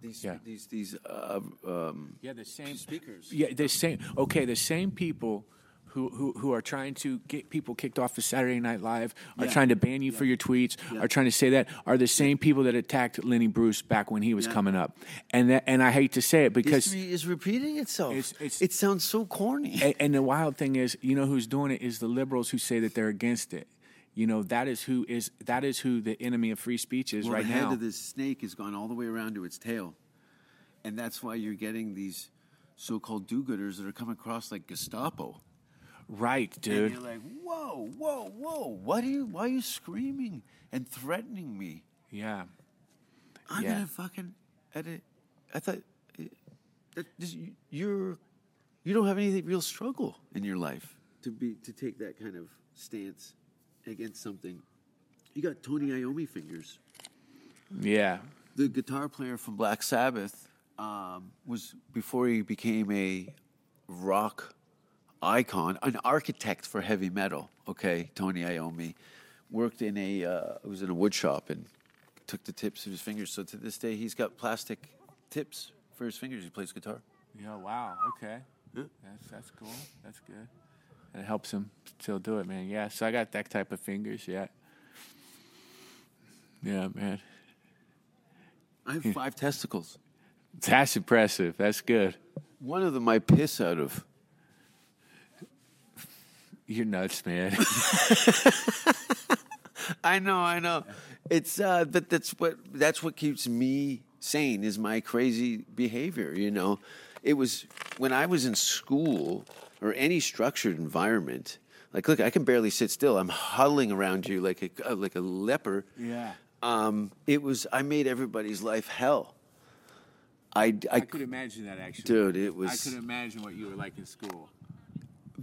These Yeah. these these uh, um, yeah the same speakers. yeah the same okay the same people who, who, who are trying to get people kicked off of Saturday Night Live, are Yeah. trying to ban you for your tweets, are trying to say that, are the same people that attacked Lenny Bruce back when he was Yeah. coming up. And that, and I hate to say it because History is repeating itself. It's- it's- it sounds so corny. and, and the wild thing is, you know who's doing it is the liberals who say that they're against it. You know that is who is that is who the enemy of free speech is well, right the now. head of this snake has gone all the way around to its tail, and that's why you're getting these so-called do-gooders that are coming across like Gestapo. right, And dude. you're like, whoa, whoa, whoa! What are you? Why are you screaming and threatening me? Yeah, I'm Yeah. gonna fucking edit. I thought eh, that this, you- you're you don't have any real struggle in your life to be to take that kind of stance against something. You got Tony Iommi fingers. yeah, The guitar player from Black Sabbath um, was before he became a rock icon, an architect for heavy metal. Okay, Tony Iommi worked in a uh, was in a wood shop and took the tips of his fingers. So to this day, he's got plastic tips for his fingers. He plays guitar. yeah. Wow. Okay, that's that's cool. That's good. And it helps him still do it, man. Yeah. So I got that type of fingers. Yeah. Yeah, man. I have five testicles. That's impressive. That's good. One of them I piss out of. You're nuts, man. I know, I know. It's uh, but that's what that's what keeps me sane is my crazy behavior. You know, it was when I was in school or any structured environment. Like, look, I can barely sit still. I'm huddling around you like a uh, like a leper. yeah. Um, it was I made everybody's life hell. I, I I could imagine that actually. dude, it I was could imagine what you were like in school.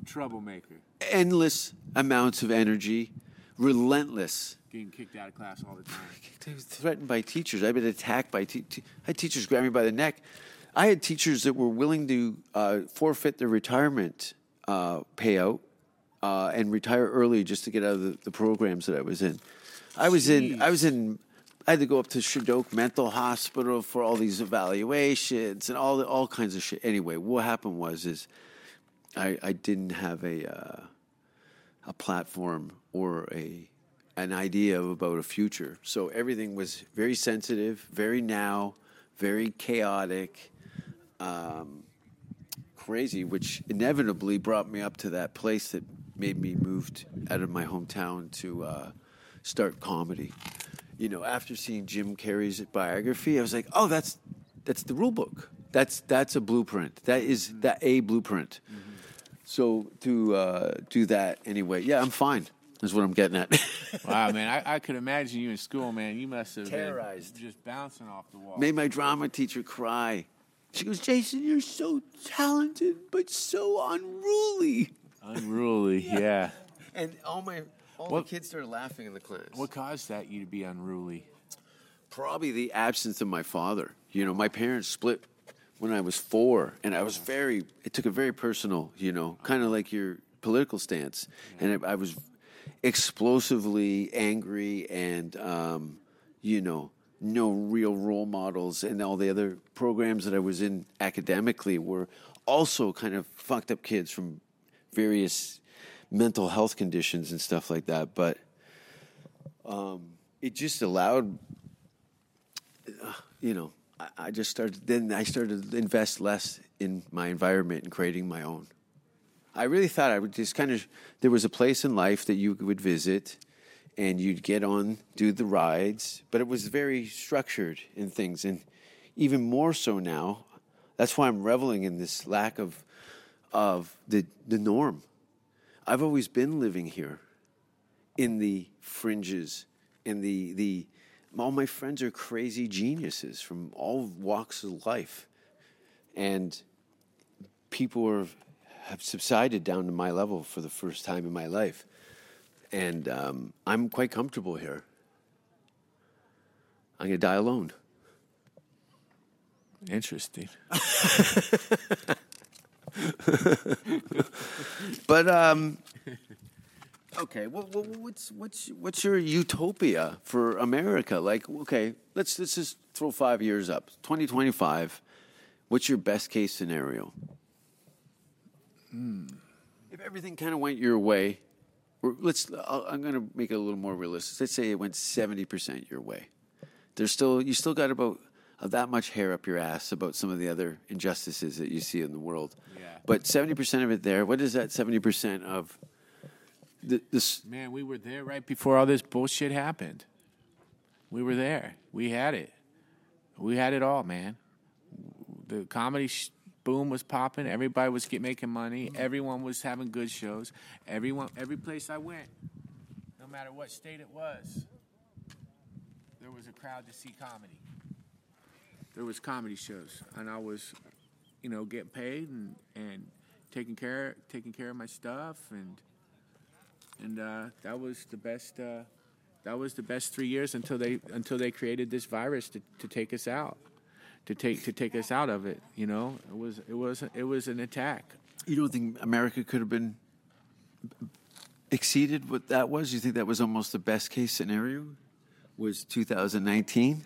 Troublemaker, endless amounts of energy, relentless. getting kicked out of class all the time. I was threatened by teachers. I've been attacked by te- te- I had teachers grab me by the neck. I had teachers that were willing to uh, forfeit their retirement uh, payout uh, and retire early just to get out of the, the programs that I was in. I was in. I was in. I had to go up to Shadok Mental Hospital for all these evaluations and all the, all kinds of shit. Anyway, what happened was is I, I didn't have a. Uh, a platform or a an idea about a future. So everything was very sensitive, very now, very chaotic, um, crazy, which inevitably brought me up to that place that made me moved out of my hometown to uh, start comedy. You know, after seeing Jim Carrey's biography, I was like, oh, that's that's the rule book. That's that's a blueprint. That is that a blueprint. So to uh, do that anyway, yeah, I'm fine. Is what I'm getting at. Wow, man, I, I could imagine you in school, man. You must have been Terrorized. just bouncing off the wall. Made my drama teacher cry. She goes, Jason, you're so talented, but so unruly. Unruly, yeah. And all my all What- the kids started laughing in the class. What caused that you to be unruly? Probably the absence of my father. You know, my parents split when I was four, and I was very. It took a very personal, you know, kind of like your political stance, and I, I was explosively angry and, um, you know, no real role models, and all the other programs that I was in academically were also kind of fucked up kids from various mental health conditions and stuff like that, but. Um, it just allowed you know, I, I just started, then I started to invest less in my environment and creating my own. I really thought I would just kind of, there was a place in life that you would visit and you'd get on, do the rides, but it was very structured in things. And even more so now, that's why I'm reveling in this lack of, of the, the norm. I've always been living here in the fringes, in the the all my friends are crazy geniuses from all walks of life, and people are, have subsided down to my level for the first time in my life. And um, I'm quite comfortable here. I'm going to die alone. Interesting. But um, okay, what, what, what's what's what's your utopia for America? Like, okay, let's let's just throw five years up, twenty twenty five. What's your best case scenario? If everything kind of went your way, or let's. I'll, I'm going to make it a little more realistic. Let's say it went seventy percent your way. There's still you still got about uh, that much hair up your ass about some of the other injustices that you see in the world. Yeah. But seventy percent of it there. What is that seventy percent of? The, this Man, we were there right before all this bullshit happened. We were there. We had it. We had it all, man. The comedy sh- boom was popping. Everybody was get, making money. Everyone was having good shows. Everyone, every place I went, no matter what state it was, there was a crowd to see comedy. There was comedy shows, and I was, you know, getting paid and, and taking care taking care of my stuff and and uh, that was the best. Uh, that was the best three years until they until they created this virus to, to take us out, to take to take us out of it. You know, it was it was it was an attack. You don't think America could have been exceeded what that was? You think that was almost the best case scenario? Was 2019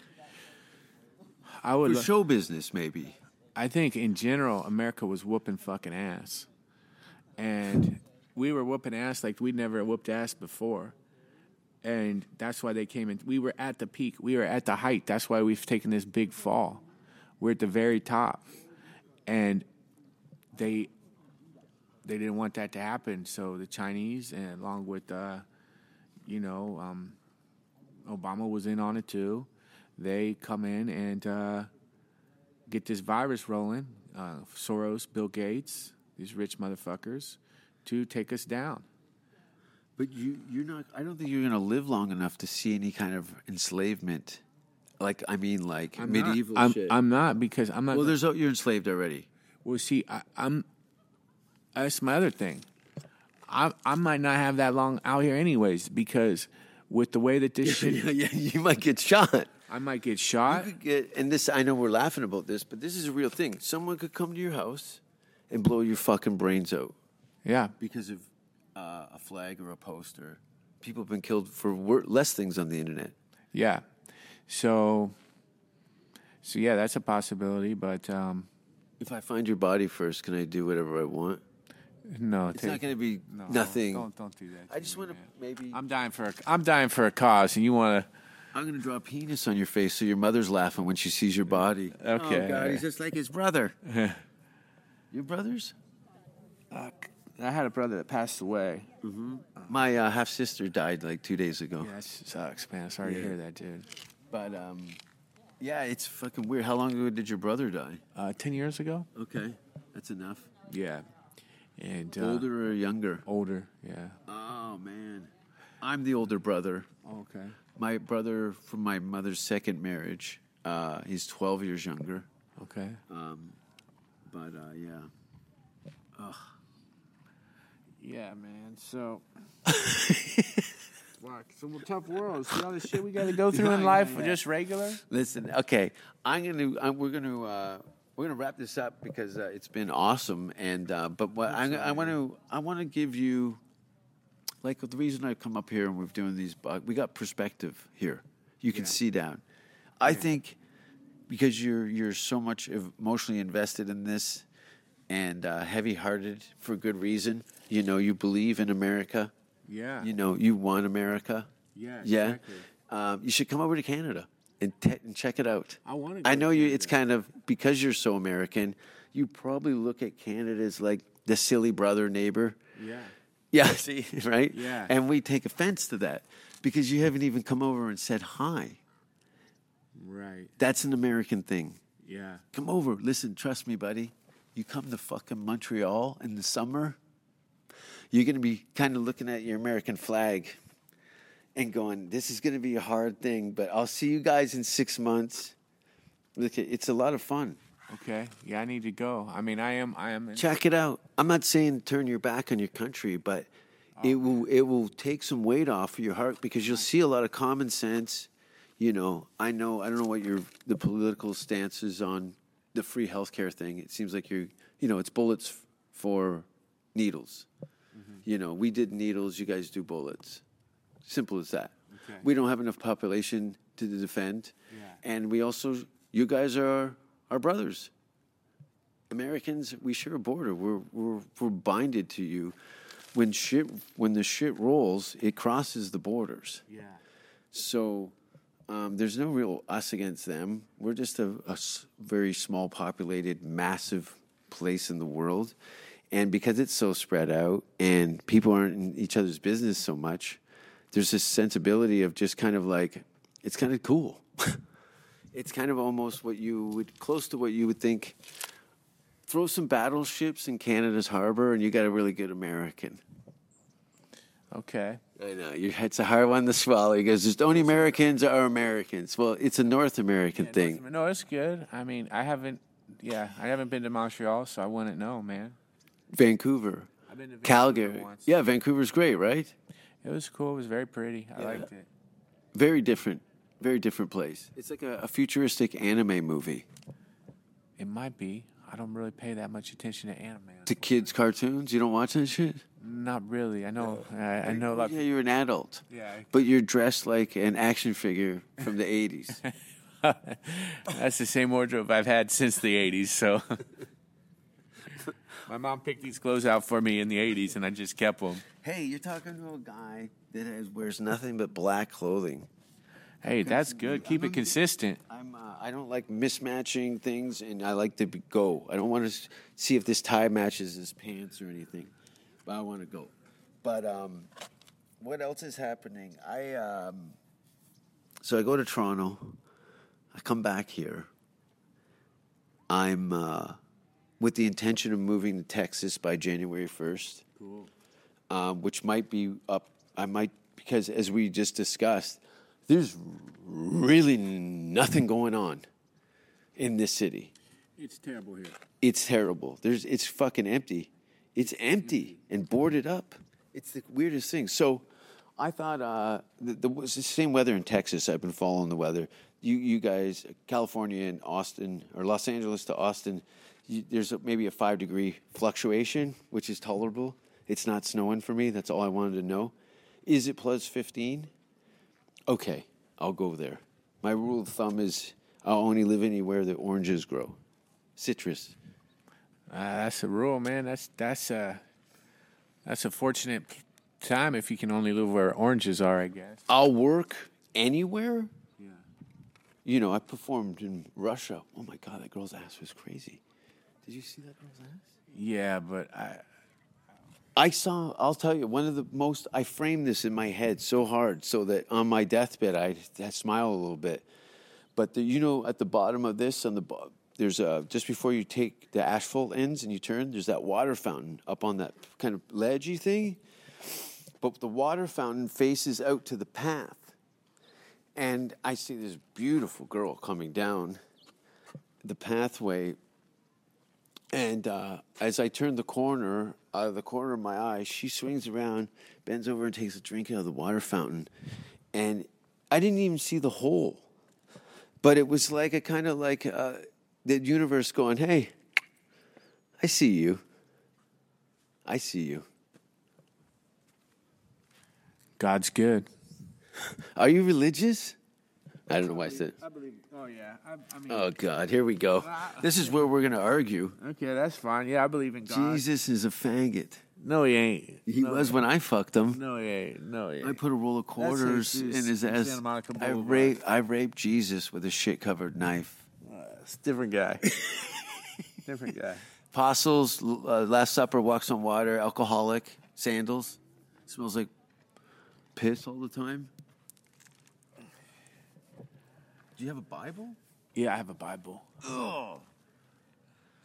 I would. for lo- show business maybe? I think in general, America was whooping fucking ass, and we were whooping ass like we'd never whooped ass before, and that's why they came in. We were at the peak. We were at the height. That's why we've taken this big fall. We're at the very top, and they they didn't want that to happen. So the Chinese, and along with uh, you know, um, Obama was in on it too. They come in and. Uh, get this virus rolling. Uh, Soros, Bill Gates, these rich motherfuckers, to take us down. But you you're not. I don't think you're going to live long enough to see any kind of enslavement. Like I mean, like medieval I'm, shit. I'm not because I'm not. well, there's a- you're enslaved already. Well, see, I, I'm. That's my other thing. I I might not have that long out here, anyways, because with the way that this shit, yeah, you might get shot. I might get shot. You could get, and this I know we're laughing about this, but this is a real thing. Someone could come to your house and blow your fucking brains out. Yeah, because of uh, a flag or a poster. People have been killed for wor- less things on the internet. yeah. So. So yeah, that's a possibility, but um, If I find your body first, can I do whatever I want? no, It's not going to be no, nothing. Don't don't do that. I just want to maybe. I'm dying for a, I'm dying for a cause, and you want to. I'm going to draw a penis on your face so your mother's laughing when she sees your body. Okay. Oh, God, he's just like his brother. your brothers? I had a brother that passed away. My uh, half sister died like two days ago. Yeah, that sucks, man. Sorry to hear that, dude. But um, yeah, it's fucking weird. How long ago did your brother die? Uh, Ten years ago. Okay, that's enough. Yeah, and uh, Older or younger? older. Yeah. Oh man, I'm the older brother. Okay. My brother from my mother's second marriage. Uh, he's 12 years younger, Okay. but uh, yeah, Yeah, man. So. Fuck, it's a tough world. See all the shit we got to go through in life, just regular. Listen, okay, I'm gonna, I'm, we're gonna, uh, we're gonna wrap this up because uh, it's been awesome. And uh, but what I, I want to, I want to give you, like the reason I come up here and we're doing these, bu- we got perspective here. You can see down. I think because you're you're so much ev- emotionally invested in this and uh, heavy-hearted for good reason. You know, you believe in America. Yeah. You know, you want America. Yeah, Yeah. exactly. Um, you should come over to Canada and, te- and check it out. I wanna I go know to you. It's Canada. kind of because you're so American. You probably look at Canada as like the silly brother neighbor. Yeah. Yeah. See. Right. Yeah. And we take offense to that because you haven't even come over and said hi. Right. That's an American thing. Yeah. Come over. Listen. Trust me, buddy. You come to fucking Montreal in the summer. You're gonna be kind of looking at your American flag and going, this is going to be a hard thing, but I'll see you guys in six months. Look, it- it's a lot of fun. Okay. Yeah, I need to go. I mean, I am. I am. In, Check it out. I'm not saying turn your back on your country, but it will it will take some weight off your heart because you'll see a lot of common sense. You know, I know I don't know what your the political stance is on the free healthcare thing. It seems like you're you know it's bullets f- for needles. You know, we did needles. You guys do bullets. Simple as that. We don't have enough population to defend, and we also you guys are our brothers. Americans, we share a border. We're we're we're binded to you. When shit when the shit rolls, it crosses the borders. yeah. So um, there's no real us against them. We're just a, a s- very small populated, massive place in the world, and because it's so spread out and people aren't in each other's business so much, there's this sensibility of just kind of like it's kind of cool. it's kind of almost what you would close to what you would think throw some battleships in Canada's harbor, and you got a really good American. Okay. I know your head's a hard one to swallow. He goes, "Just only Americans are Americans." Well, it's a North American thing. No, it's good. I mean, I haven't. Yeah, I haven't been to Montreal, so I wouldn't know, man. Vancouver, I've been to Vancouver Calgary. once. Yeah, Vancouver's great, right? It was cool. It was very pretty. I liked it. Very different, very different place. It's like a, a futuristic anime movie It might be. I don't really pay that much attention to anime. to kids' cartoons. You don't watch that shit. Not really. I know. I, I know. Like, Yeah, you're an adult. Yeah, I- But you're dressed like an action figure from the '80s. That's the same wardrobe I've had since the 80s, so. My mom picked these clothes out for me in the 80s and I just kept them. hey, you're talking to a guy that has, wears nothing but black clothing. Hey, that's good. Keep it consistent. I'm. Uh, I don't like mismatching things, and I like to be, go. I don't want to s- see if this tie matches his pants or anything, but I want to go. But um, what else is happening? I um, so I go to Toronto. I come back here. I'm uh, with the intention of moving to Texas by January first um, which might be up. I might because as we just discussed, there's really nothing going on in this city. It's terrible here. It's terrible. There's it's fucking empty. It's empty and boarded up. Mm-hmm. It's the weirdest thing. So I thought uh, the, the, it's the same weather in Texas. I've been following the weather. You you guys, California and Austin or Los Angeles to Austin, you, there's a, maybe a five degree fluctuation, which is tolerable. It's not snowing for me. That's all I wanted to know. Is it plus fifteen? Okay, I'll go there. My rule of thumb is I'll only live anywhere that oranges grow, citrus. Uh, that's a rule, man. That's that's a that's a fortunate time if you can only live where oranges are, I guess. I'll work anywhere. Yeah. You know, I performed in Russia. Oh my God, that girl's ass was crazy. Did you see that girl's ass? Yeah, but I I saw, I'll tell you, one of the most, I framed this in my head so hard so that on my deathbed, I, I smile a little bit. But the, you know, at the bottom of this, on the bo- there's a just before you take the asphalt ends and you turn, there's that water fountain up on that kind of ledgy thing. But the water fountain faces out to the path, and I see this beautiful girl coming down the pathway. And uh, as I turn the corner, out of the corner of my eye, she swings around, bends over, and takes a drink out of the water fountain. And I didn't even see the hole but it was like a kind of like uh, the universe going, "Hey, I see you. I see you. God's good. Are you religious?" I don't know why I said. believe. Oh yeah. I, I mean. Oh God, here we go. This is where we're gonna argue. Okay, that's fine. Yeah, I believe in God. Jesus is a faggot. No, he ain't. He no, was when I fucked him. No, he ain't. No, he ain't. I put a roll of quarters in Jesus his in ass. Santa Monica I Boulevard. raped, I raped Jesus with a shit-covered knife. It's a different guy. different guy. Apostles, l- uh, Last Supper, walks on water, alcoholic, sandals, smells like piss all the time. Do you have a Bible? Yeah, I have a Bible. Oh.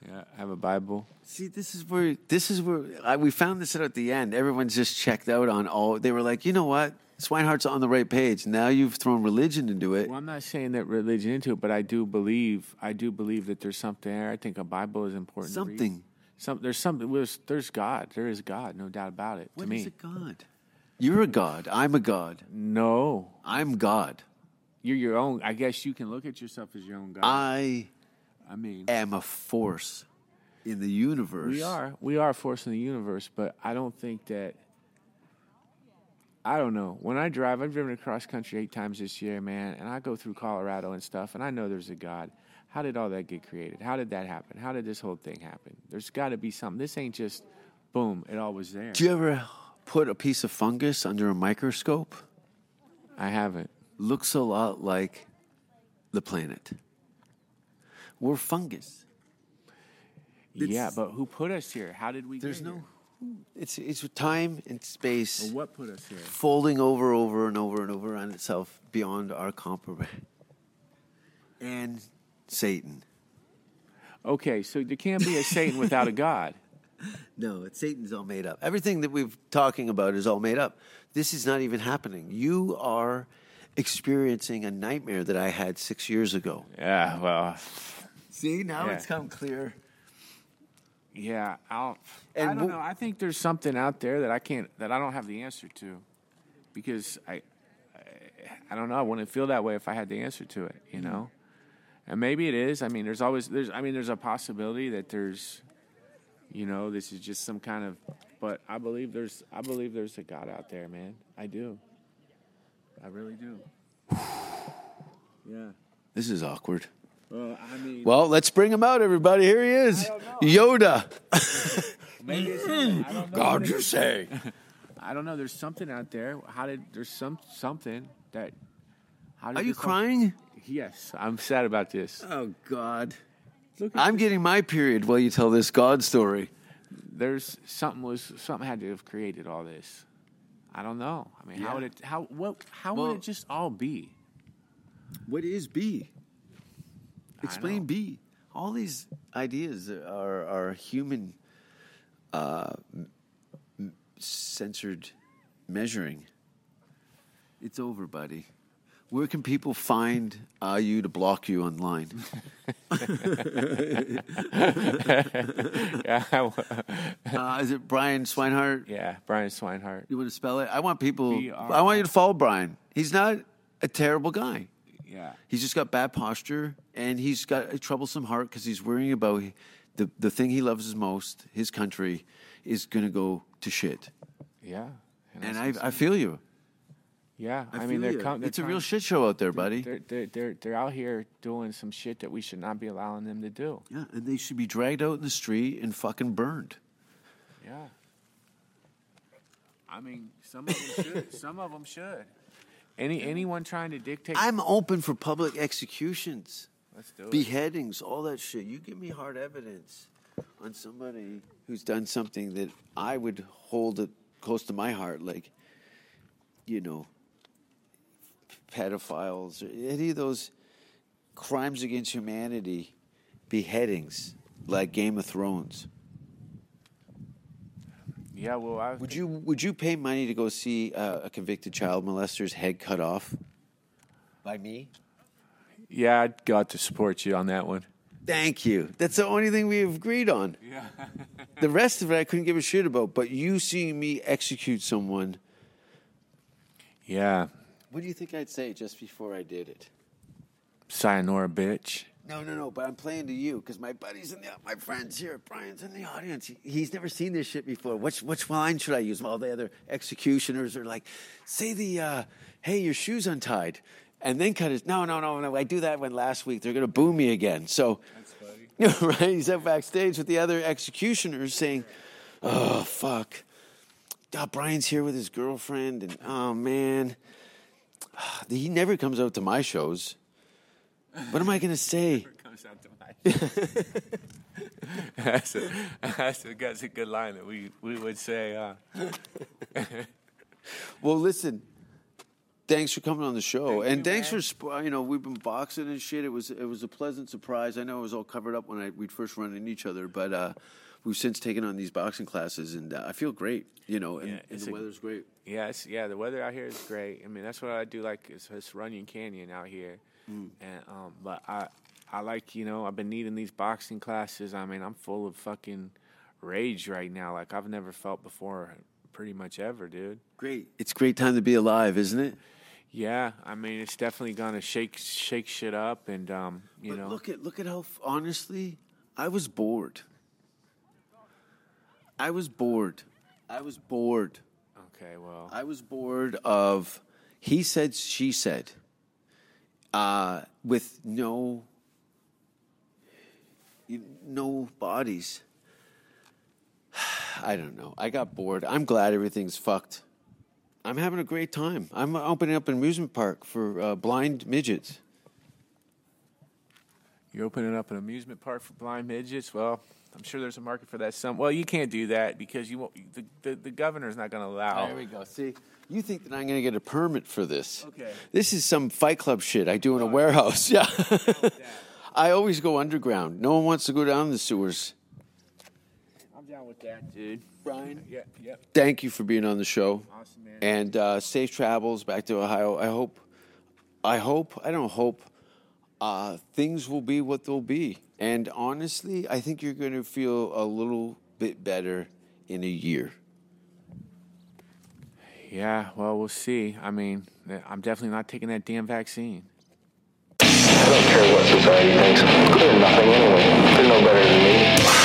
Yeah, I have a Bible. See, this is where this is where I, we found this out at the end. Everyone's just checked out on all. They were like, you know what? Swinehart's on the right page. Now you've thrown religion into it. Well, I'm not saying that religion into it, but I do believe I do believe that there's something there. I think a Bible is important. to read. Something. Some there's something there's, there's God. There is God, no doubt about it. What to me, is a god? You're a god. I'm a god. no, I'm God. you're your own. I guess you can look at yourself as your own God. I I mean, am a force in the universe. we are we are a force in the universe, but I don't think that. I don't know. When I drive, I've driven across country eight times this year, man, and I go through Colorado and stuff, and I know there's a God. How did all that get created? How did that happen? How did this whole thing happen? There's got to be something. This ain't just boom, it all was there. Do you ever put a piece of fungus under a microscope? I haven't. Looks a lot like the planet. We're fungus. yeah, It's- but who put us here? How did we There's get no. here? It's it's time and space Or what put us here? folding over, over and over and over on itself beyond our comprehension. And Satan. Okay, so there can't be a Satan without a God. No, it's Satan's all made up. Everything that we've talking about is all made up. This is not even happening. You are experiencing a nightmare that I had six years ago. Yeah, well, See, now Yeah. it's come clear. yeah. I'll, And I don't we'll- know. I think there's something out there that I can't, that I don't have the answer to, because I, I, I don't know. I wouldn't feel that way if I had the answer to it, you know. And maybe it is. I mean, there's always there's. I mean, there's a possibility that there's, you know, this is just some kind of. But I believe there's. I believe there's a God out there, man. I do. I really do. Yeah. This is awkward. Well, I mean, Well, let's bring him out, everybody. Here he is, Yoda. maybe it's, I don't know. How'd you say? I don't know. There's something out there. How did there's some something that? How did Are you this all- crying? Yes, I'm sad about this. Oh God. Look at I'm getting my period while you tell this God story. There's something was something had to have created all this. I don't know. I mean, how would it? How what? How Well- would it just all be? What is know. B? Explain B. All these ideas are are human uh, m- censored measuring. It's over, buddy. Where can people find uh, you to block you online? Yeah, Uh, is it Brian Swinehart? yeah. Brian Swinehart. You want to spell it? I want people. B R- I want you to follow Brian. He's not a terrible guy. Yeah. He's just got bad posture and he's got a troublesome heart because he's worrying about the, the thing he loves most, his country, is going to go to shit. Yeah. And that's- I, I feel you. yeah. I, I, mean, feel they're, you. com- they're it's a real trying- shit show out there, buddy. They're, they're they're they're out here doing some shit that we should not be allowing them to do. yeah, and they should be dragged out in the street and fucking burned. Yeah. I mean, some of them should. Some of them should. Any anyone trying to dictate? I'm open for public executions, let's do it. beheadings, all that shit. You give me hard evidence on somebody who's done something that I would hold it close to my heart, like, you know, pedophiles or any of those crimes against humanity beheadings like Game of Thrones. Yeah. Well, I Would you would you pay money to go see uh, a convicted child molester's head cut off? By me? Yeah, I got to support you on that one. Thank you. That's the only thing we agreed on. Yeah. the rest of it I couldn't give a shit about, but you seeing me execute someone, Yeah. what do you think I'd say just before I did it? Sayonara, bitch. No, no, no. But I'm playing to you because my buddies and my friends here, Brian's in the audience. He, he's never seen this shit before. Which which line should I use? All the other executioners are like, say the, uh, hey, your shoes untied, and then cut his. No, no, no, no. I do that one last week. They're gonna boo me again. So, that's funny. right? He's up backstage with the other executioners saying, oh fuck. Ah, Brian's here with his girlfriend, and oh man, he never comes out to my shows. What am I gonna say? Comes out to my. that's a that's a that's a good line that we we would say. Uh, Well, listen. Thanks for coming on the show, Thank and you, thanks man. for sp- you know we've been boxing and shit. It was it was a pleasant surprise. I know it was all covered up when I, we'd first run into each other, but uh, we've since taken on these boxing classes, and uh, I feel great. You know, and, Yeah, and it's the a- weather's great. Yeah, it's, yeah. The weather out here is great. I mean, that's what I do. Like it's, it's Runyon Canyon out here, Mm. and um, but I, I like you know I've been needing these boxing classes. I mean, I'm full of fucking rage right now. Like I've never felt before, pretty much ever, dude. Great. It's a great time to be alive, isn't it? Yeah, I mean, it's definitely gonna shake shake shit up, and um, you but know, look at look at how f- honestly I was bored. I was bored. I was bored. okay, well, I was bored of he said, she said, uh, with no you- no bodies. I don't know. I got bored. I'm glad everything's fucked. I'm having a great time. I'm opening up an amusement park for uh, blind midgets. you're opening up an amusement park for blind midgets. Well, I'm sure there's a market for that. Some well, you can't do that because you won't. The the, the governor's not gonna allow. There we go. See, you think that I'm going to get a permit for this? Okay. This is some Fight Club shit I do in a warehouse. Oh, Yeah. I always go underground. No one wants to go down the sewers. I'm down with that, dude. Brian, Yeah, yep. thank you for being on the show. Awesome, man. And uh, safe travels back to Ohio. I hope, I hope, I don't hope, uh, things will be what they'll be. And honestly, I think you're going to feel a little bit better in a year. Yeah, well, we'll see. I mean, th- I'm definitely not taking that damn vaccine. I don't care what society thinks. They're nothing anyway. They're no better than me.